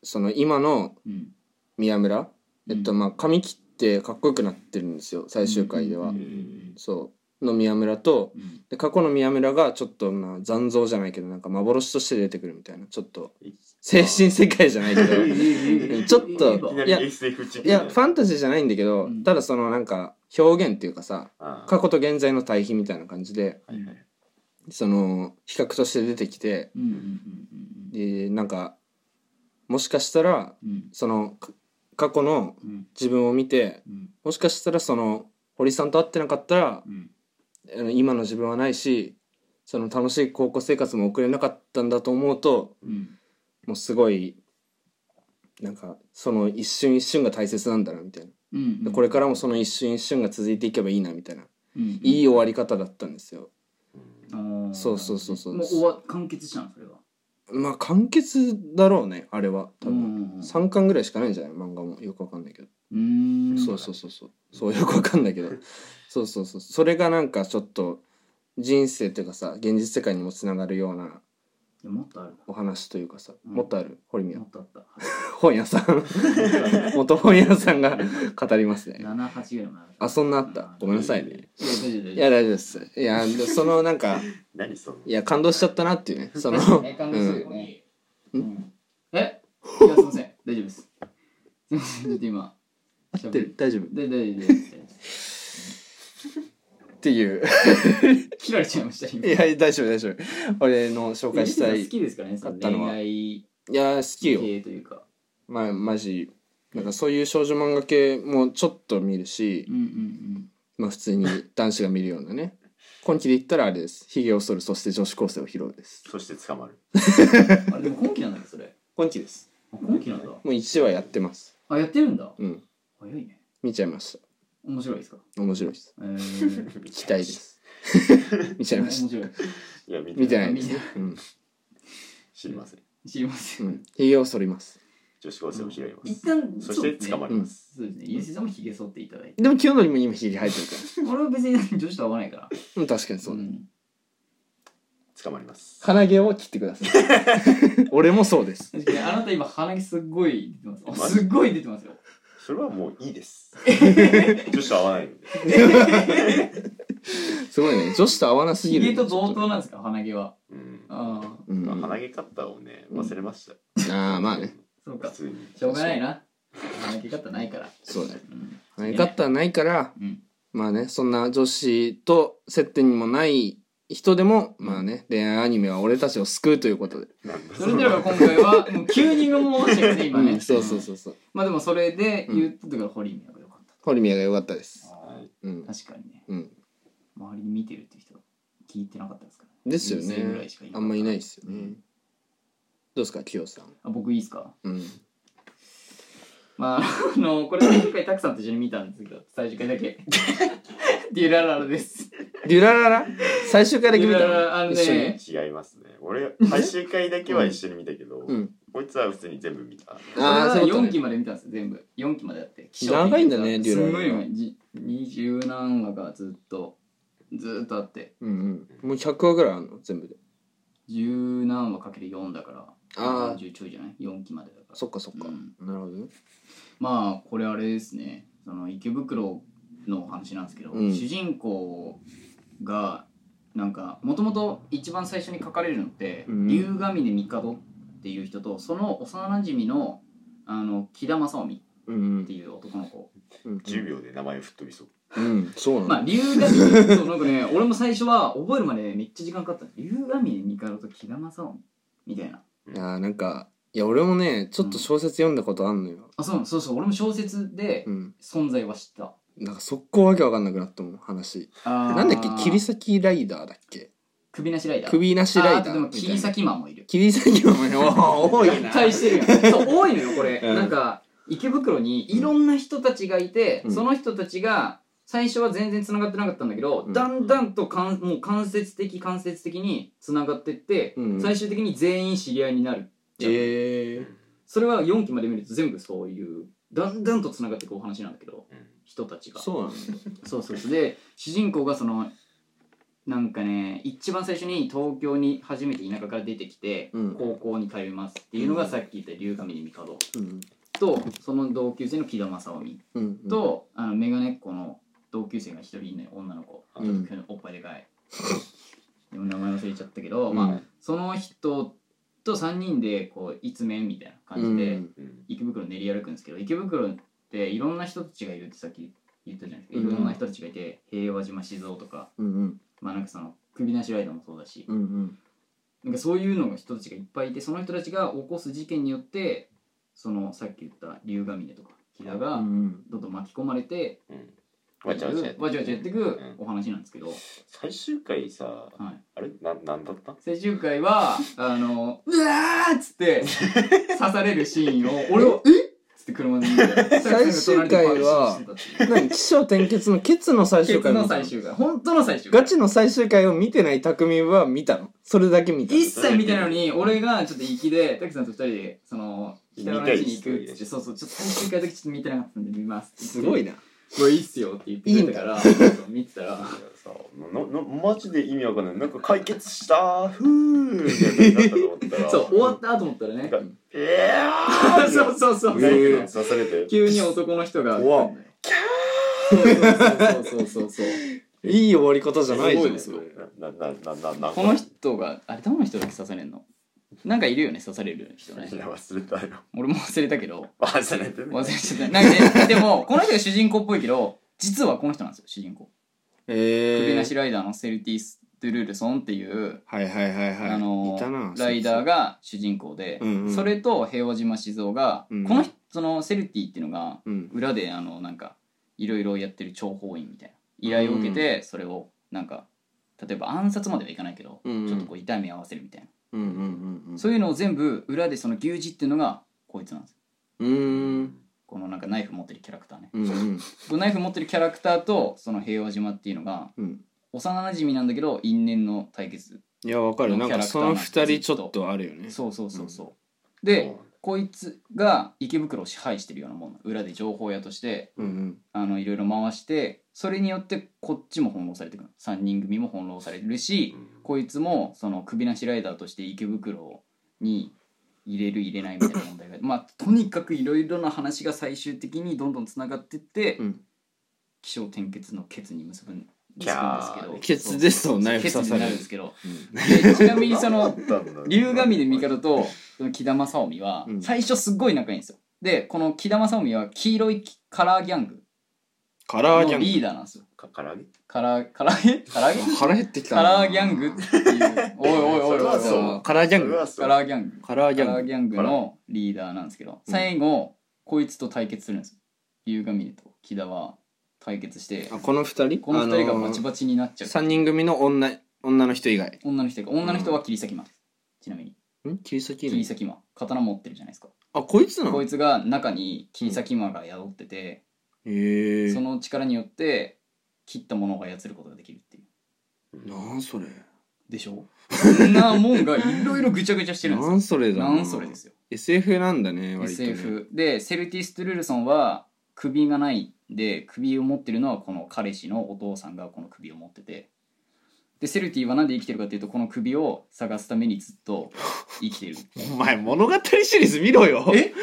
S2: その今の
S1: うん
S2: 宮村えっと
S1: うん
S2: まあ髪切ってかっこよくなってるんですよ最終回では
S1: うんうんうん
S2: そうの宮村と
S1: うん
S2: で過去の宮村がちょっとまあ残像じゃないけどなんか幻として出てくるみたいなちょっと精神世界じゃない けどちょっ
S1: いい
S2: と
S1: よ
S3: いきない
S2: や
S3: り SF チック
S2: いやファンタジーじゃないんだけど、
S1: うん
S2: ただそのなんか表現っていうかさ
S3: ああ
S2: 過去と現在の対比みたいな感じで
S3: はいはい
S2: その比較として出てきて
S1: うんうん
S2: でなんかもしかしたら
S1: うんうん
S2: そのか過去の
S1: うん
S2: 自分を見て
S1: うん
S2: もしかしたらその堀さんと会ってなかったら
S1: うん
S2: あの今の自分はないしその楽しい高校生活も送れなかったんだと思うと
S1: うん
S2: もうすごいなんかその一瞬一瞬が大切なんだなみたいな。
S1: うん
S2: でこれからもその一瞬一瞬が続いていけばいいなみたいな、
S1: うん
S2: いい終わり方だったんですよ
S1: ああ
S2: そうそうそうそう
S1: もう終わ完結したのそれは
S2: まあ完結だろうねあれは多
S1: うん
S2: 分、
S1: うんうん
S2: 3巻ぐらいしかないんじゃない漫画もよくわかんないけど、
S1: うーん
S2: そうそうそうそうそうよくわかんな いけどそうそうそうそれがなんかちょっと人生というかさ現実世界にもつながるようない
S1: やもっとある
S2: お話というかさ、
S1: うん
S2: もっとある堀宮
S1: もっとあった
S2: 本屋さん 元本屋さんが語りますね
S1: 七八ぐらい前
S2: あそんなあったごめんなさいね
S1: いや大丈夫大丈
S2: いや大丈夫ですいやでそのなんか
S3: 何その
S2: いや感動しちゃったなっ ていうねその
S1: 夫ね感動するよね
S2: うん
S1: うんえいやすいません大丈夫ですすいませんちょっと今
S2: 合ってる大丈夫っ
S1: 大丈夫大丈夫大丈夫
S2: ていう
S1: 切られちゃいました今
S2: いや大丈夫大丈夫俺の紹介したい
S1: 好
S2: い
S1: きですからねその
S2: あったの
S1: 恋
S2: は
S1: 愛
S2: や好きよ
S1: 系というか
S2: まあマジなんかそういう少女漫画系もちょっと見るし
S1: うん、うん
S2: まあ、普通に男子が見るようなね今期で言ったらあれです「ひげを剃るそして女子高生を拾う」です
S3: そして捕まる
S1: うんあれでも今期なんだっけそれ
S2: 今期です
S1: あ今期なんだ
S2: もう1話やってます
S1: あやってるんだ
S2: うん
S1: 早いね
S2: 見ちゃいまし
S1: 面白いですか
S2: た面白いです
S1: えー
S2: 期待です見ちゃいま
S1: 面
S2: し
S1: 白い
S3: いや見
S2: た見て
S3: い
S2: ないですねうん、
S3: 知りません
S1: 知りませ
S2: うんん、ひげを剃ります
S3: 女子高生を拾いま
S1: 一
S3: す
S1: 旦
S3: そして捕ま
S1: る
S3: ります
S1: そうですね伊勢さんもひげ剃っていただいて
S2: でも清則も今ひげ生えてるから
S1: 俺は別に女子と合わないから
S2: うん確かにそうね、
S1: ん
S3: 捕まります
S2: 鼻毛を切ってください 俺もそうです
S1: 確かにあなた今鼻毛すっごい出てま
S3: マ
S1: すあ
S3: ジ
S1: すっごい出てますよ
S3: それはもういいです女子と合わないのです
S2: ごいね女子と合わなすぎ
S1: ひ
S2: る
S1: げと同等なんですか鼻毛は
S3: うん
S1: ああ
S2: うん
S3: まあ鼻毛カッターをね忘れました
S2: ああまあね
S1: そうか
S3: 普通に
S1: しょうがないな鼻毛方ないから
S2: そうだよ
S1: うん
S2: 鼻毛カッターないから
S1: うん
S2: まあねそんな女子と接点にもない人でもまあね恋愛アニメは俺たちを救うということで、
S1: それでは今回はもう急に見戻してるね今
S2: う
S1: ね
S2: ん、そうそうそうそう
S1: まあでもそれで言ったところホリーミがよか
S2: 堀宮が良かったです。
S1: あ
S2: うん
S1: ー。確かにね
S2: うん。
S1: 周りに見てるって人聞いてなかったですから
S2: ですよ
S1: 人生ぐら
S2: ね
S1: いしか。
S2: あんまいないですすよね。どうですか、きよさん。
S1: あ僕いいですか
S2: うん。
S1: まああのこれ最終回たくさんと一緒に見たんですけど最終回だけデュラララです
S2: デュラララ最終回だけ見た
S1: デュラララあ
S2: の
S1: のね
S2: 一緒に。
S3: 違いますね俺最終回だけは一緒に見たけど、
S2: うん。
S3: こいつは普通に全部見た
S2: ああ、そういうこと
S1: 4
S2: ね
S1: 期まで見たんですよ全部4期まであって
S2: 長いんだ
S1: デ
S2: ねデ
S1: ュ
S2: ュ
S1: ララ
S2: ララ
S1: す
S2: ラ
S1: ごい長いじ二十何話がずっとずっとあって
S2: うんうん。もう100話ぐらいあるの全部で。
S1: 十何話かける4だから
S2: あー
S1: 10ちょいじゃない4期までだから
S2: そっかそっか。
S1: うん
S2: なるほどね。
S1: まあこれあれですねその池袋のお話なんですけど、
S2: うん
S1: 主人公がなんかもともと一番最初に書かれるのって、
S2: うん
S1: 龍神で帝っていう人とその幼馴染のあの木田正臣
S2: うん
S1: っていう男の子、
S2: うん。うん
S3: 10秒で名前吹っ飛びそう
S2: うん、そうなんだ。
S1: まあ龍神そうなんか ね俺も最初は覚えるまでめっちゃ時間かかった龍神で帝と木田正臣みたいな
S2: あーなんかいや俺もねちょっと小説読んだことあんのよ、
S1: あそうそうそう俺も小説で
S2: うん、
S1: 存在は知った、
S2: なんか速攻わけわかんなくなったもん話
S1: あー
S2: なんだっけ切り裂きライダーだっけ
S1: 首なしライダー
S2: 首なしラ
S1: ああ
S2: イ
S1: と
S2: ダ
S1: で
S2: ー
S1: も
S2: み
S1: 切
S2: た
S1: り
S2: いな
S1: 裂きマンもいる
S2: 切り裂きマンねおー多い
S1: 合
S2: な
S1: 体してるやんそう多いのよこれ、
S2: うん
S1: なんか池袋にいろんな人たちがいて、
S2: うん
S1: その人たちが最初は全然繋がってなかったんだけど、
S2: うん
S1: だんだんとかんもう間接的間接的に繋がってって、
S2: うん
S1: 最終的に全員知り合いになるじゃん
S2: えー、
S1: それは4期まで見ると全部そういうだんだんと繋がっていくお話なんだけど人たちが
S2: そうなんだ
S1: そうそうそうで主人公がそのなんかね一番最初に東京に初めて田舎から出てきて、
S2: うん
S1: 高校に通いますっていうのがさっき言った龍神に帝
S2: うん
S1: とその同級生の木田正臣
S2: うんうん
S1: と、あのメガネっ子の同級生が一人いるのよ女の子、
S2: うん
S1: おっぱいでかいでも名前忘れちゃったけど、
S2: うん
S1: まあその人と3人でこう一面みたいな感じで、
S2: うん
S1: 池袋練り歩くんですけど池袋っていろんな人たちがいるってさっき言ったじゃないですか、
S2: うん
S1: いろんな人たちがいて平和島静雄とか
S2: うんうん
S1: まあなんかその首なしライダーもそうだし、
S2: うんうん
S1: なんかそういうのが人たちがいっぱいいてその人たちが起こす事件によってそのさっき言った龍ヶ峰とか木田
S2: う
S1: が
S2: ん
S1: どんどん巻き込まれて、
S3: うんわちゃわちゃやって
S1: わちゃわちゃやってく
S3: うん
S1: お話なんですけど、
S3: 最終回さ
S1: はい、
S3: あれななんだった
S1: 最終回はあの うわーっつって刺されれるシーンを俺をえっつって車に乗って
S2: 最終回は何起承転結のケツの最終
S1: 結
S2: 回
S1: の
S2: 見た
S1: 最終回本当の最終回
S2: ガチの最終回を見てない匠は見たのそれだけ見た
S1: 一切見てないのに俺がちょっと粋で滝さんと二人でその北の街に行くっ
S3: 見た
S1: つ
S3: いっ
S1: って
S3: す
S1: そうそうちょっと最終回だけちょっと見てなかったんで見ますって言って
S2: すごいな
S1: これいいっすよって言ってくれたからそうそう見てたら
S3: さななマジで意味わかんないなんか解決したふーみたいになったと思ったら
S1: そう終わったと思ったらね
S3: なんかえー って
S1: そうそうそう
S2: え
S1: そう
S2: ー
S3: 刺されて
S1: 急に男の人が
S2: 怖っ
S1: そうそうそうそうそう
S2: いい終わり方じゃないじゃん
S1: すごいですよ
S3: ななななな
S1: この人があれどの人だけ刺されんのなんかいるよね刺される人ね
S3: いや忘れたよ
S1: 俺も忘れたけど
S3: 忘れてね
S1: 忘れちゃったなんかねでもこの人が主人公っぽいけど実はこの人なんですよ主人公首
S2: え
S1: な
S2: ー
S1: しライダーのセルティス・ドゥルールソンっていう、
S2: はいはいはいはい。
S1: あの
S2: いたな
S1: ライダー
S2: が。
S1: が主人公で、
S2: うんうん
S1: それと平和島静雄が、
S2: うん
S1: この人そのセルティっていうのが
S2: うん。
S1: 裏であのなんかいろいろやってる諜報員みたいな依頼を受けてそれをなんか例えば暗殺まではいかないけど、
S2: うんうん
S1: ちょっとこう痛み合わせるみたいな、
S2: うんうんうんうん。
S1: そういうのを全部裏でその牛耳っていうのがこいつなんです
S2: うーん。
S1: このなんかナイフ持ってるキャラクターね
S2: うんうん。
S1: このナイフ持ってるキャラクターとその平和島っていうのが
S2: うん。
S1: 幼馴染なんだけど因縁の対決
S2: いや、わかる。なんかその二人ちょっとあるよね。
S1: そうそうそうそう、でこいつが池袋を支配してるようなもんな裏で情報屋として
S2: うん
S1: あのいろいろ回してそれによってこっちも翻弄されてくる3人組も翻弄されるし、こいつもその首なしライダーとして池袋に入れる入れないみたいな問題がまあとにかくいろいろな話が最終的にどんどんつながってって、
S2: うん
S1: 起承転結の結に結ぶん
S3: キャー
S1: 結ぶん
S2: う
S1: で
S2: ん。
S1: すけど
S2: ケツですとナイフ
S1: 結
S2: 刺
S1: に
S2: さ
S1: な
S2: れ
S1: る
S2: る
S1: んで。すけどでちなみにその龍神で
S3: 方
S1: 帝とその木田正臣は
S2: うん
S1: 最初すっごい仲いいんですよでこの木田正臣は黄色いカラーギャング
S2: カラーギ
S1: の
S2: ャン
S1: リーダーなんですよ
S3: かから揚げ
S1: カラーカラーえカラーギャン
S2: グ。
S1: グ
S2: 腹減ってきた
S1: カ
S2: な。
S1: ラーギャング っていうおいおいおいおい
S3: それは
S1: おい
S3: そう
S2: カラーギャン
S3: う
S2: グ。
S3: わそう
S1: カラーギャング
S2: カラーギ
S1: カ
S2: ャ
S1: ラー
S2: ング。
S1: ギャングのリーダーなんですけど
S2: うん
S1: 最後こいつと対決するんですよゆうがみねと木田は対決して
S2: あこの二人
S1: この二人がバチ
S2: あのー
S1: バチになっちゃう、
S2: 三人組の女女の人以外
S1: 女の人が女の人は切り裂き魔ちなみに
S2: ん切り裂き
S1: 切り裂き魔刀持ってるじゃないですか、
S2: あこいつな
S1: こ
S2: の
S1: いつが中に切り裂き魔が宿ってて、
S2: へえ
S1: その力によって切ったものが操ることができるっていう
S2: なんそれ
S1: でしょそん なもんがいろいろぐちゃぐちゃしてるんです
S2: な
S1: よ
S2: んそれだ
S1: なんそれですよ
S2: SF なんだね割とね
S1: SF でセルティス・トゥルルソンは首がないんで首を持ってるのはこの彼氏のお父さんがこの首を持っててでセルティはなんで生きてるかっていうとこの首を探すためにずっと生きてる
S2: お前物語シリーズ見ろよ
S1: え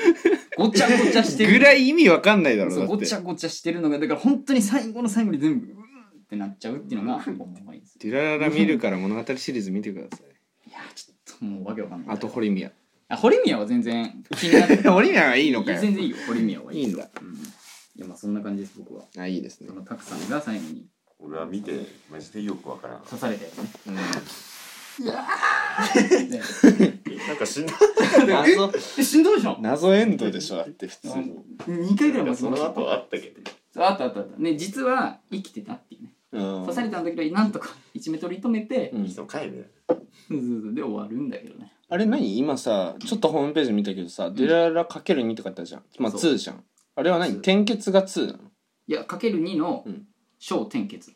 S1: ごちゃごちゃして
S2: ぐ
S1: る
S2: らい意味わかんないだろ
S1: そう
S2: だ
S1: ご
S2: っ
S1: ちゃ
S2: て
S1: ごちゃしてるのがだから本当に最後の最後に全部うーんってなっちゃうっていう のが重いです
S2: デュラララ見るから物語シリーズ見てください
S1: いやちょっともうわけわかんない
S2: あと堀 宮
S1: あ堀宮は全然気になって
S2: 堀宮がいいのか
S1: 全
S2: よ
S1: 然いいよ堀宮はいい
S2: いいんだ
S1: うん、いやまあそんな感じです僕は
S2: あいいですね
S1: そのタクさんが最後に
S3: 俺は見てマジでよくわからん
S1: 刺されたよ ね
S2: うん
S1: ね
S3: なんか死んだ
S2: 謎
S1: えしんどいじゃん
S2: 謎エンドでしょだって普通に
S1: 2回ぐらい
S3: なん
S1: 間違
S3: か
S1: え
S3: その
S1: た
S3: 後はあったけど
S1: あったあったあったね実は生きてたっていうね
S2: うん
S1: 刺された時はなんとか一目取り留めて
S2: う、ん
S3: 人の回ね
S1: そうそうそうで終わるんだけどね
S2: あれ何今さちょっとホームページ見たけどさ「デュララかける2」とかあったじゃんまあ
S1: そう
S2: 2じゃんあれは何
S1: そう
S2: 転結が2なの
S1: いやかける2の
S2: うん
S1: 小転結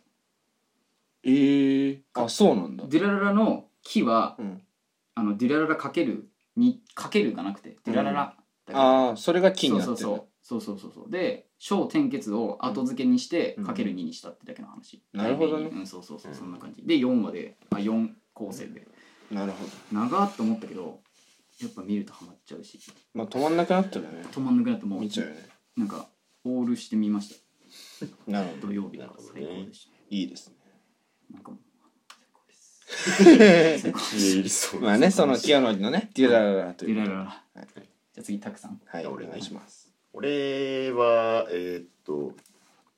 S2: ええあそうなんだ
S1: デュラララの木は
S2: うん
S1: あのデュラララかけるにかけるがなくてデュラララだから
S2: ああそれが金になって
S1: そう
S2: る
S1: そうそうそうそうそうそうで小転結を後付けにして
S2: うん
S1: かける2にしたってだけの話、
S2: なるほどね
S1: うんそうそうそうそんな感じで4まであ4構成で
S2: なるほど
S1: 長っと思ったけどやっぱ見るとハマっちゃうし
S2: まあ止まんなくなったらね
S1: 止まんなくなってもう
S2: 見ちゃうよね
S1: なんかオールしてみまし
S2: なる
S1: た
S2: ほど
S1: 土曜日から最高でした、
S2: いいですね
S1: なんかもう最高です最高で
S3: 家入りそう
S2: まあねその清野のねデュラララと
S1: す
S2: い
S1: で
S2: う
S1: らら
S2: は
S1: らじゃあ次たくさん
S2: い
S3: じゃあ
S2: お
S3: 俺ね
S2: 願いします
S3: 俺はえーっと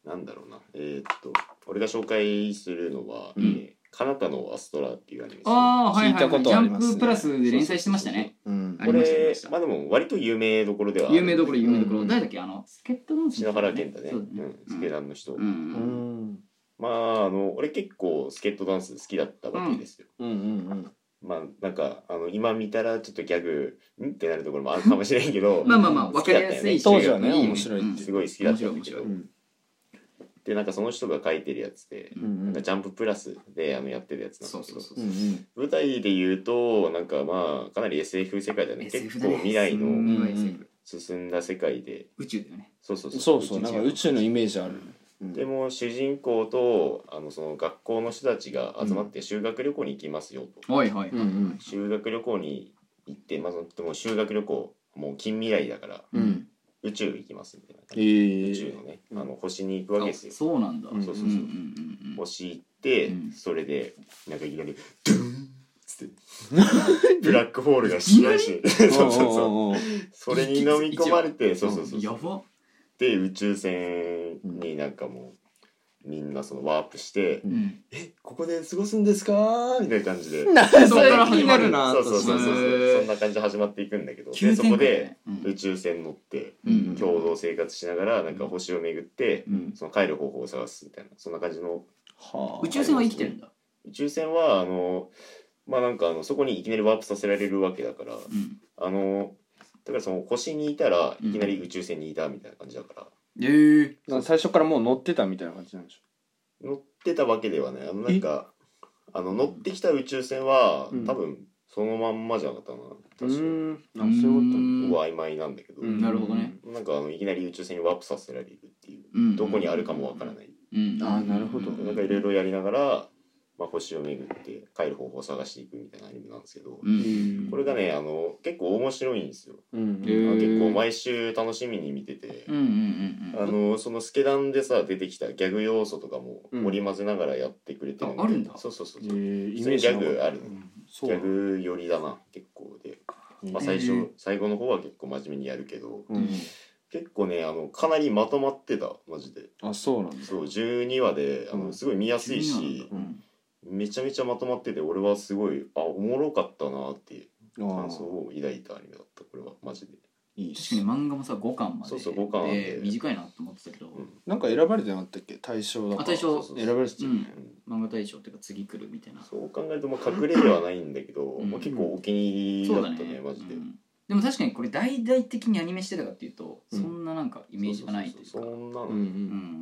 S3: なんだろうなえーっと俺が紹介するのは「
S1: うん
S3: えーかなたのアストラ」っていうアニメですね
S1: ああはい
S2: 聞
S1: は
S2: い
S1: い、
S2: た
S1: は
S2: こ
S1: い、
S2: と
S1: ジ
S2: あ
S1: ャ
S2: り
S1: ン
S2: ますね
S1: ププラスで連載してましたね
S2: うん
S1: あ
S3: こ
S1: りましたありま
S3: れ
S1: した
S3: まあでも割と有名どころではある
S1: 有名どころ有名どころ、
S2: うん
S1: 誰だっけあの助っ人の
S3: 篠原健太ね
S1: そううだね
S3: んスケダンの人、
S1: うん、
S2: う
S1: うん
S2: ん
S3: まああの俺結構スケットダンス好きだったわけですよ、
S2: うんうん
S3: まあなんかあの今見たらちょっとギャグんってなるところもあるかもしれんけど
S1: まあまあまあ
S3: 好
S1: 分
S3: き
S1: か
S3: だ
S1: り
S3: ったよ
S1: やすいし
S2: 当時はね
S1: いいよ
S2: 面白いって
S3: すごい好きだったんだけど、
S1: 面白い面白い
S2: うん
S3: でなんかその人が書いてるやつで、
S2: うんうんうん
S3: なんかジャンププラスであのやってるやつなんだ
S1: そう
S3: け
S1: そ
S3: ど
S1: うそう
S2: う
S1: そうん
S2: うん
S3: 舞台で言うとなんかまあかなり SF 世界だね
S1: SF
S3: 結
S1: だね
S3: 構未来
S1: う
S3: の
S1: ん
S2: うんうん
S3: 進んだ世界で
S1: 宇宙だよね
S3: そうそう
S2: そうそうなんか宇宙のイメージあるうん
S3: でも主人公とあのその学校の人たちが集まって修学旅行に行きますよと、
S1: はいはいはい、
S2: うんうん
S3: 修学旅行に行って、まあ、そのでも修学旅行もう近未来だから
S2: うん
S3: 宇宙行きますみたいな、
S2: え
S3: 宇宙の
S2: え
S3: ねあの星に行くわけですよ
S1: あ、そうなんだ、
S2: うん
S3: そうそうそう、
S1: うんうんうん
S3: 星行って、
S1: うん
S3: それでなんかいきなりドゥーンっつって ブラックホールがしないし そうそうそ
S2: おう
S3: う
S2: おうおう
S3: それに飲み込まれてそうそう
S1: う
S3: そ
S1: ん
S3: う
S1: や
S3: そう
S1: ば
S3: で宇宙船になんかもうみんなそのワープして、
S1: うん
S3: ここで過ごすんですかみたいな感じで
S2: な
S1: そ
S2: そ
S1: こ
S2: れ
S1: から
S2: 気になるな
S3: そうそうそうそう
S1: へー
S3: そんな感じで始まっていくんだけど
S1: 急
S3: でそ
S1: 展
S3: こ
S1: 開だよ
S3: で
S1: ねうん
S3: 宇宙船乗って
S1: うん
S3: 共同生活しながらなんか星を巡って
S1: うん
S3: その帰る方法を探すみたいなそんな感じの
S2: はあ
S1: 宇宙船は生きてるんだ、
S3: 宇宙船はあのまあなんかあのそこにいきなりワープさせられるわけだから
S1: うん、
S3: あのだからその星にいたら
S1: うん
S3: いきなり宇宙船にいたみたいな感じだから
S1: えー、
S2: なんか最初からもう乗ってたみたいな感じなんでしょ
S3: 乗ってたわけではないあのなんかあの乗ってきた宇宙船は
S2: うん
S3: 多分そのまんまじゃなかったな
S2: う
S3: 確か
S2: んあそういう
S1: うん
S3: は曖昧なんだけど、
S2: こと
S1: なるほどね
S3: なんかあのいきなり宇宙船にワープさせられるっていう
S1: うん
S3: どこにあるかもわからない、
S1: うん
S2: あーなるほど
S3: なんかいろいろやりながら、まあ、星を巡って帰る方法を探していくみたいなアニメなんですけど、
S1: うん
S3: これがねあの結構面白いんですよ、
S2: うん
S1: へー
S3: 結構毎週楽しみに見てて
S1: うん、うんうん
S3: あのそのスケダンでさ出てきたギャグ要素とかも
S2: うん
S3: 織り交ぜながらやってくれて
S1: ああるんだ
S3: そうそうそう
S2: え
S3: そう
S2: ー
S3: 普
S2: イ
S3: 通
S2: メー
S3: に
S2: ジ
S3: ギ
S2: な
S3: ャ
S2: かった
S3: グある
S2: うんそ
S3: ギ
S2: うな
S3: ャ
S2: の
S3: グ寄りだな結構で、まあ、最初、
S1: へー
S3: 最後の方は結構真面目にやるけど、
S2: うん
S3: 結構ねあのかなりまとまってたマジで
S2: あそうなんだ
S3: そう12話であ
S2: う
S3: の
S2: ん
S3: すごい見やすいし、
S1: うん
S3: めちゃめちゃまとまってて俺はすごいあおもろかったなっていう
S2: あ
S3: 感想
S2: ー
S3: を抱いたアニメだったこれはマジでいい
S1: 確かに
S3: し
S1: 漫画もさ5巻まで
S3: そうそう5巻あって
S1: で短いなと思ってたけど、
S3: うん
S2: なんか選ばれてなかったっけ大賞だから
S1: あ大賞
S2: 選ばれてたよね
S1: 漫画大賞っていうか次来るみたいな
S3: そう考えるとまあ隠れではないんだけど、
S1: ん
S3: まあ、結構お気に入
S1: そ
S3: り
S1: う
S3: だ
S1: だ
S3: っ
S1: ね
S3: たねマジで、
S1: うんでも確かにこれ大々的にアニメしてたかっていうと、
S2: うん
S1: そんななんかイメージがないというか
S3: そううそうそうそんなの、
S2: うんうん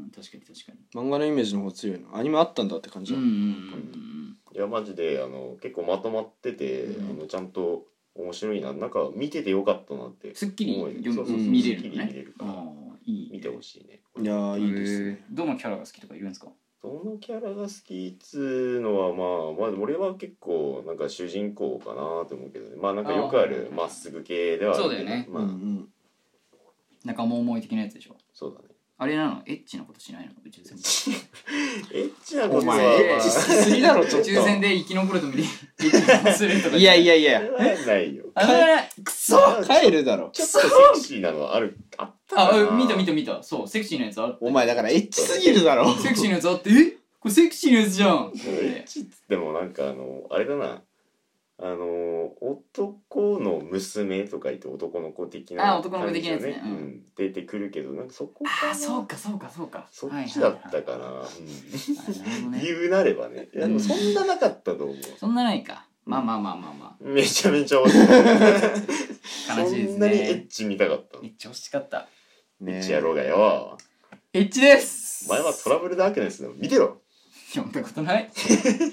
S1: ん確かに確かに
S2: 漫画のイメージの方が強いのアニメあったんだって感じ
S1: う
S2: だ
S1: ん
S2: っ
S1: う
S2: た
S1: んうん
S3: いやマジであの結構まとまってて、
S1: うん
S3: あのちゃんと面白いななんか見ててよかったなって
S1: うんすっきり
S3: 思える
S1: 読む
S3: そうそう
S2: そう
S1: 見れるの
S3: すっきり見
S1: ね
S3: れる
S1: あ
S3: から
S1: あいい
S3: 見てほしいね
S2: いやーいいですね
S1: どのキャラが好きとかいるんですか
S3: どのキャラが好きっつうのはまあ、まあ、俺は結構なんか主人公かなと思うけどねまあなんかよくある
S1: あー
S3: まっすぐ系ではあるけど
S1: そうだよね
S3: まあ、
S2: うん
S1: 仲間思い的なやつでしょ
S3: そうだね
S1: あれなのエッチなことしないの宇宙船で
S3: エッチな
S2: うん
S3: こ
S2: お
S3: とは、まあ、
S2: 前エッチしすぎだろちょ
S1: 宇
S2: っ
S1: 宙船
S2: と
S1: で生き残るために激突するとか
S2: いやいやい
S3: そ
S2: や
S3: れはないよ
S1: あれね
S2: くそ帰るだろ
S3: ちょっとセクシーなのはあるあっ
S1: あ
S3: たかな
S1: うん見た見た見たそうセクシーなやつある
S2: お前だからエッチすぎるだろ
S1: セクシーなやつあってえこれセクシーなやつじゃん
S3: エッチっつってもなんかあのあれだなあの男の娘とか言って男の子的な
S1: あ男の子的なやつね
S3: 感じだ
S1: う
S3: うん、出てくるけどなんかそこか
S1: あ
S3: な
S1: あそうかそうかそうか
S3: そっちだった
S1: はい
S3: かな、うん
S1: はいはいあなるほどね
S3: 言うなればねいやでもそんななかったと思う、
S1: そんなないかまあまあまあまあま
S3: めちゃめちゃ惜しかっ
S1: あ
S3: た
S1: 悲しいで
S3: そ
S1: す
S3: んなにエ
S1: ね
S3: ッチ見たかったの
S1: めっちゃ惜しかった
S3: エッチやろうがよ
S1: エッチです
S3: お前はトラブルだらけですよ見てろ
S1: 読んだことない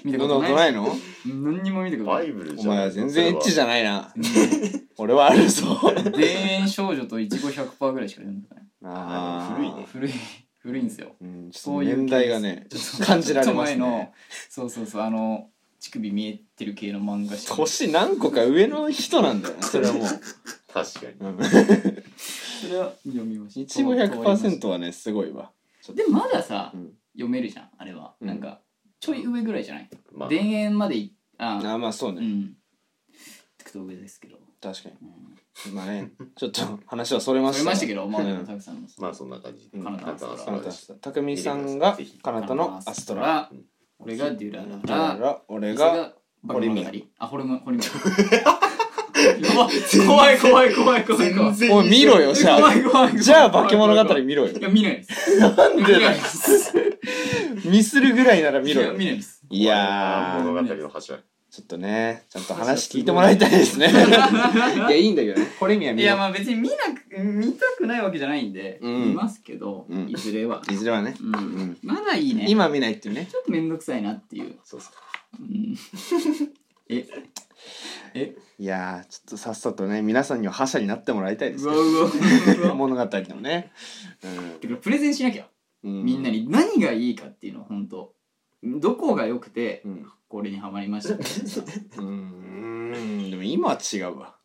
S1: 見たこ
S2: そんなこととな
S1: ない
S2: いの
S1: 何にも見たことな
S3: バ
S1: い
S3: イブル
S2: お
S3: じゃん
S2: 前は全然エッチじゃないな
S1: うん
S2: 俺はあるぞ
S1: 田園少女といちご100%ぐらいしか読んだことない
S2: あー
S3: 古いね
S1: 古い古いんですよ
S2: うんちょ
S1: そ
S2: っと
S1: ういう
S2: 年代がね感じられます
S1: ちょっと前の
S2: ね
S1: そうそうそうあの乳首見えてる系の漫画しか
S2: 年何個か上の人なんだよなそれはもう
S3: 確かに
S2: うん
S1: それは読みました
S2: いちご100%はねすごいわ
S1: でもまださ、
S2: うん
S1: 読めるじゃんあれは、
S2: うん
S1: なんかちょい上ぐらいじゃない、
S3: まあ
S1: 田園までいあ
S2: あまあそう
S1: う
S2: ね
S1: んちょっと上ですけど
S2: 確か
S1: うん
S2: にまあねちょっと話はそれま
S1: そ
S2: し
S1: れ
S2: た
S1: ましたけどまあ
S2: うん
S1: でもたくさんの
S3: まあそんな感じで
S2: うん
S1: 彼方の
S3: 彼方の
S2: かな
S3: 空
S2: た
S3: で
S2: ア
S3: し
S2: ストラ匠さんがかなたのアストラ
S1: 俺がデュララ
S2: だから俺
S1: 俺
S2: が
S1: ホリミガ
S2: ホリ
S1: リあホリ ミホリミガ怖い怖い怖い怖い怖い
S2: おい見ろよじゃ
S1: 怖
S2: あ
S1: い怖い
S2: じゃあ化け物語
S1: い
S2: 見ろよ
S1: や見ないですなん
S2: でだよ
S1: 見ないです
S2: ミスるぐらいなら見ろ
S1: いや
S2: よ
S1: 見ない です
S2: いや
S3: 物
S2: ー
S3: 語の柱
S2: ちょっとねちゃんと話聞いてもらいたいで すねいやいいんだけどねこれ見はい見
S1: や
S2: よ
S1: まあ別に見なく見たくないわけじゃないんで、
S2: うん
S1: 見ますけど、
S2: うん
S1: いずれは、
S2: ういずれはね
S1: うん
S2: ん
S1: まだいいね
S2: 今見ないっていうね
S1: ちょっと面倒くさいなっていう、
S3: そうそう
S1: うん、ええ
S2: いやーちょっとさっさとね皆さんには覇者になってもらいたいです
S1: うわ
S2: ね
S1: うわうわうわ
S2: 物語のね
S1: てかプレゼンしなきゃ
S2: う
S1: みんなに何がいいかっていうのは本当どこが良くて
S2: うん
S1: これにはまりましたみたいなさ
S2: うんでも今は違うわ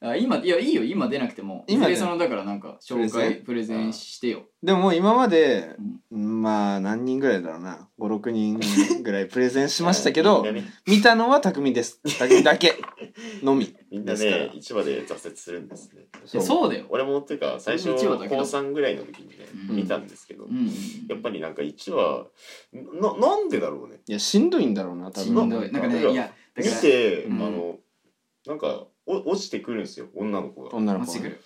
S1: あ今いやいいよ今出なくても今
S2: 今出
S1: で
S2: ない
S1: そのだからなんか紹
S2: プレゼ
S1: 介プレゼンしてよ
S2: でももう今まで、まあ何人ぐらいだろうな56人ぐらいプレゼンしましたけど
S3: みんなね
S2: 見たのは匠です匠だけのみ
S3: みんな
S2: ですから
S3: ね市場で挫折するんですね
S1: いやそうだよ
S3: 俺もっていうか最初
S1: 一話だけど
S3: 高三ぐらいの時にね
S1: うん
S3: 見たんですけど
S1: うん
S3: やっぱりなんか1話ななんでだろうね
S2: いやしんどいんだろうな多
S1: しんどい
S2: 分
S1: なんか
S3: だから
S1: ねいやだ
S3: 見
S1: から
S3: てあ
S2: うん
S3: のなんかお落ちてくるんですよ女の子が
S2: 女の
S1: 落ち
S2: 子
S1: て
S2: は
S1: く
S2: ね
S1: る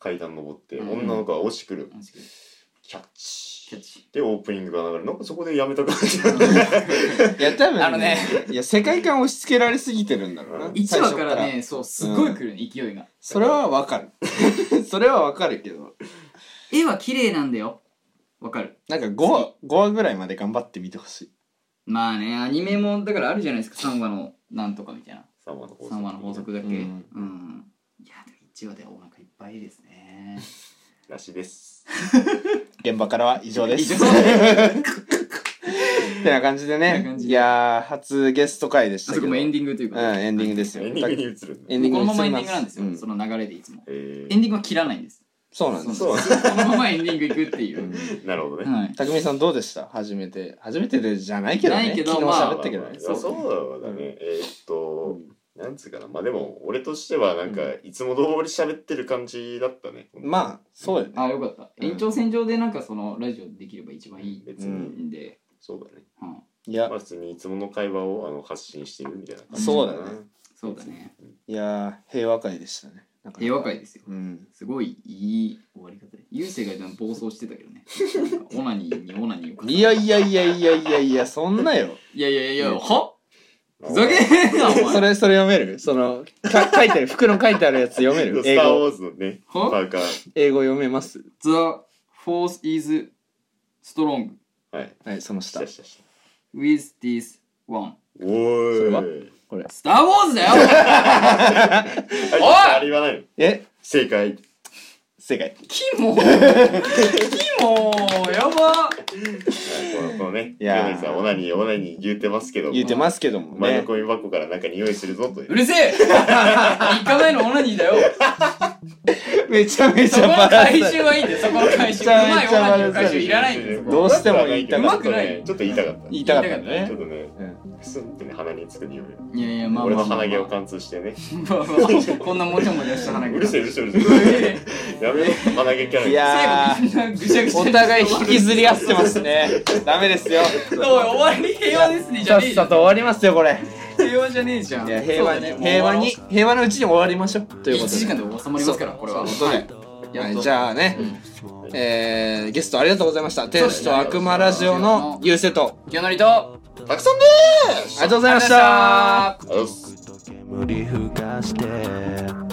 S3: 階段登って
S1: うん
S3: 女の子が落ちてくる
S1: 落ちてくる
S3: キャッ
S1: キャッ
S3: チ
S1: チ
S3: でオープニングが流れなんかそこでやめた感じ
S2: いや多分
S1: あのね
S2: いや世界観押し付けられすぎてるん だろうな
S1: 1話から
S2: 最初
S1: ねそうすごい来るね勢いが
S2: それはわか るそれはわかるけど
S1: 絵は綺麗なんだよわかる
S2: なんか5話5話ぐらいまで頑張って見てほしい
S1: まあねアニメもだからあるじゃないですか3話のなんとかみたいな
S3: 3話の法則
S1: 3話の法則だっけう
S2: うん
S1: んいやでも1話でお腹いっぱいですね
S3: らしいです
S2: 現場からは以上で
S1: 以
S2: す
S1: 上
S2: てな感じ
S1: て
S2: で
S1: な
S2: ね
S1: 感じ
S2: い
S1: で
S2: やー初ゲスト回でし
S1: あそ
S2: たけ
S1: こ
S2: ど
S1: もエンディングという
S2: う
S1: か
S2: ん、エンディングですよ。
S3: エンディングに移るんだ
S2: エンディング
S1: このま
S2: に
S1: まエ
S2: 移
S1: ンディ
S2: りま
S1: ングなんですよ、
S2: うん
S1: その流れでいつも
S3: え
S1: エンディングは切らないんです
S2: そうなんです。
S3: そうなん
S1: このままエンディングいくっていう、
S3: ーなるほどね
S1: はい、
S2: 匠さんどうでした初めて。初めてでじゃないけど
S1: な
S2: ね。
S1: いけど
S2: 昨日
S1: まあ
S2: 喋ったけど
S3: まあまあ
S2: ね。
S3: そうだね、えーっと、なんつうかなまあでも俺としてはなんか、いつも通り喋ってる感じだったね
S2: まあ、そうよね。
S1: あよかった
S2: うん
S1: 延長線上でなんかそのラジオできれば一番いい
S3: 別
S2: う
S3: に
S1: んで、
S3: そうだね
S1: はい
S2: いや
S3: まあ、普通にいつもの会話をあの発信してるみたいな感じ
S2: そうだね。
S1: そうだね
S2: いやー、平和会でしたね。なんか
S1: 平和会ですよ
S2: うん
S1: すごいいい終わり方で優勢がでも暴走してたけどねなんかオナニーにオナニーを重ね
S2: いやいやいやいやいやいやそんなよ
S1: いやいやいや
S2: うん
S1: はふざけんなお前
S2: それそれ読めるそのか書いてある服の書いてあるやつ読め る
S3: ス
S2: 英
S3: ター・ウ
S2: 語
S3: ォーズのね、パ
S1: は
S3: ーカー。
S2: 英語読めます
S1: The force is strong
S3: はい。
S2: はいその
S3: し
S2: 下
S3: たしたした。
S1: with this one
S3: おーい。
S2: それは
S1: 「スター・ウォーズ」だよお前
S3: あ
S1: おい
S3: あれ言わないの
S2: え
S3: 正解。
S2: 正解
S1: キモキモやば
S3: このこのね、
S2: い
S3: ヨ
S2: やー
S3: ネさん、オナニー、オナニー言うてますけど、
S2: 言うてますけども
S3: お前の
S2: ね
S3: コイン箱からなんか匂いするぞという
S1: う。るせえ3日前のオナニーだよ
S2: めちゃめ
S1: そ
S2: ち
S1: こ
S2: ゃ
S1: の
S2: バラ
S1: 回
S2: す
S1: 収はいいんだよそこの回収う
S2: めちゃ
S1: ま
S2: め
S1: い
S2: ち
S1: オ
S2: ゃ
S1: ナニーの回収
S2: や
S1: いらないんだよ
S2: どうしても言いたか
S1: ったうまくない
S3: ちょっと言いたかった。
S2: 言い
S3: ち
S2: たかったね
S3: ょっとね
S2: う、
S3: くすんってね、鼻につく匂い。
S1: いやいやまあ
S3: 俺
S1: ま
S3: の
S1: あまあまあ
S3: 鼻毛を貫通してね。
S1: まあまあこんなもちゃもちゃした鼻毛
S3: うるせえ、うるせえ、う るせえ。やめろ、鼻毛キャラ。
S2: いや
S1: 最後み
S2: ー
S1: んなぐしゃぐしゃ
S2: お互い引きずり合ってますねダメですよ
S1: おい終わり平和ですねじ
S2: さ
S1: ゃ
S2: っ
S1: ねえじゃ
S2: さ
S1: ん
S2: と終わりますよこれ
S1: 平和じゃねえじゃん
S2: いや平和に
S1: そうだね
S2: 平和に
S1: もう終わ
S2: 平和のうちに終わりましょうとい
S1: ろ
S2: う
S1: う
S2: こ
S1: 1時
S2: とで
S1: 間で収まりますからこれは
S2: そういう
S1: やっ
S2: はい
S1: と
S2: じゃあねえーゲストありがとうございました天使と悪魔ラジオのゆうせと
S1: 清成と
S3: たくさんで
S2: ありがとうございました
S3: ーす
S5: 煙ふかして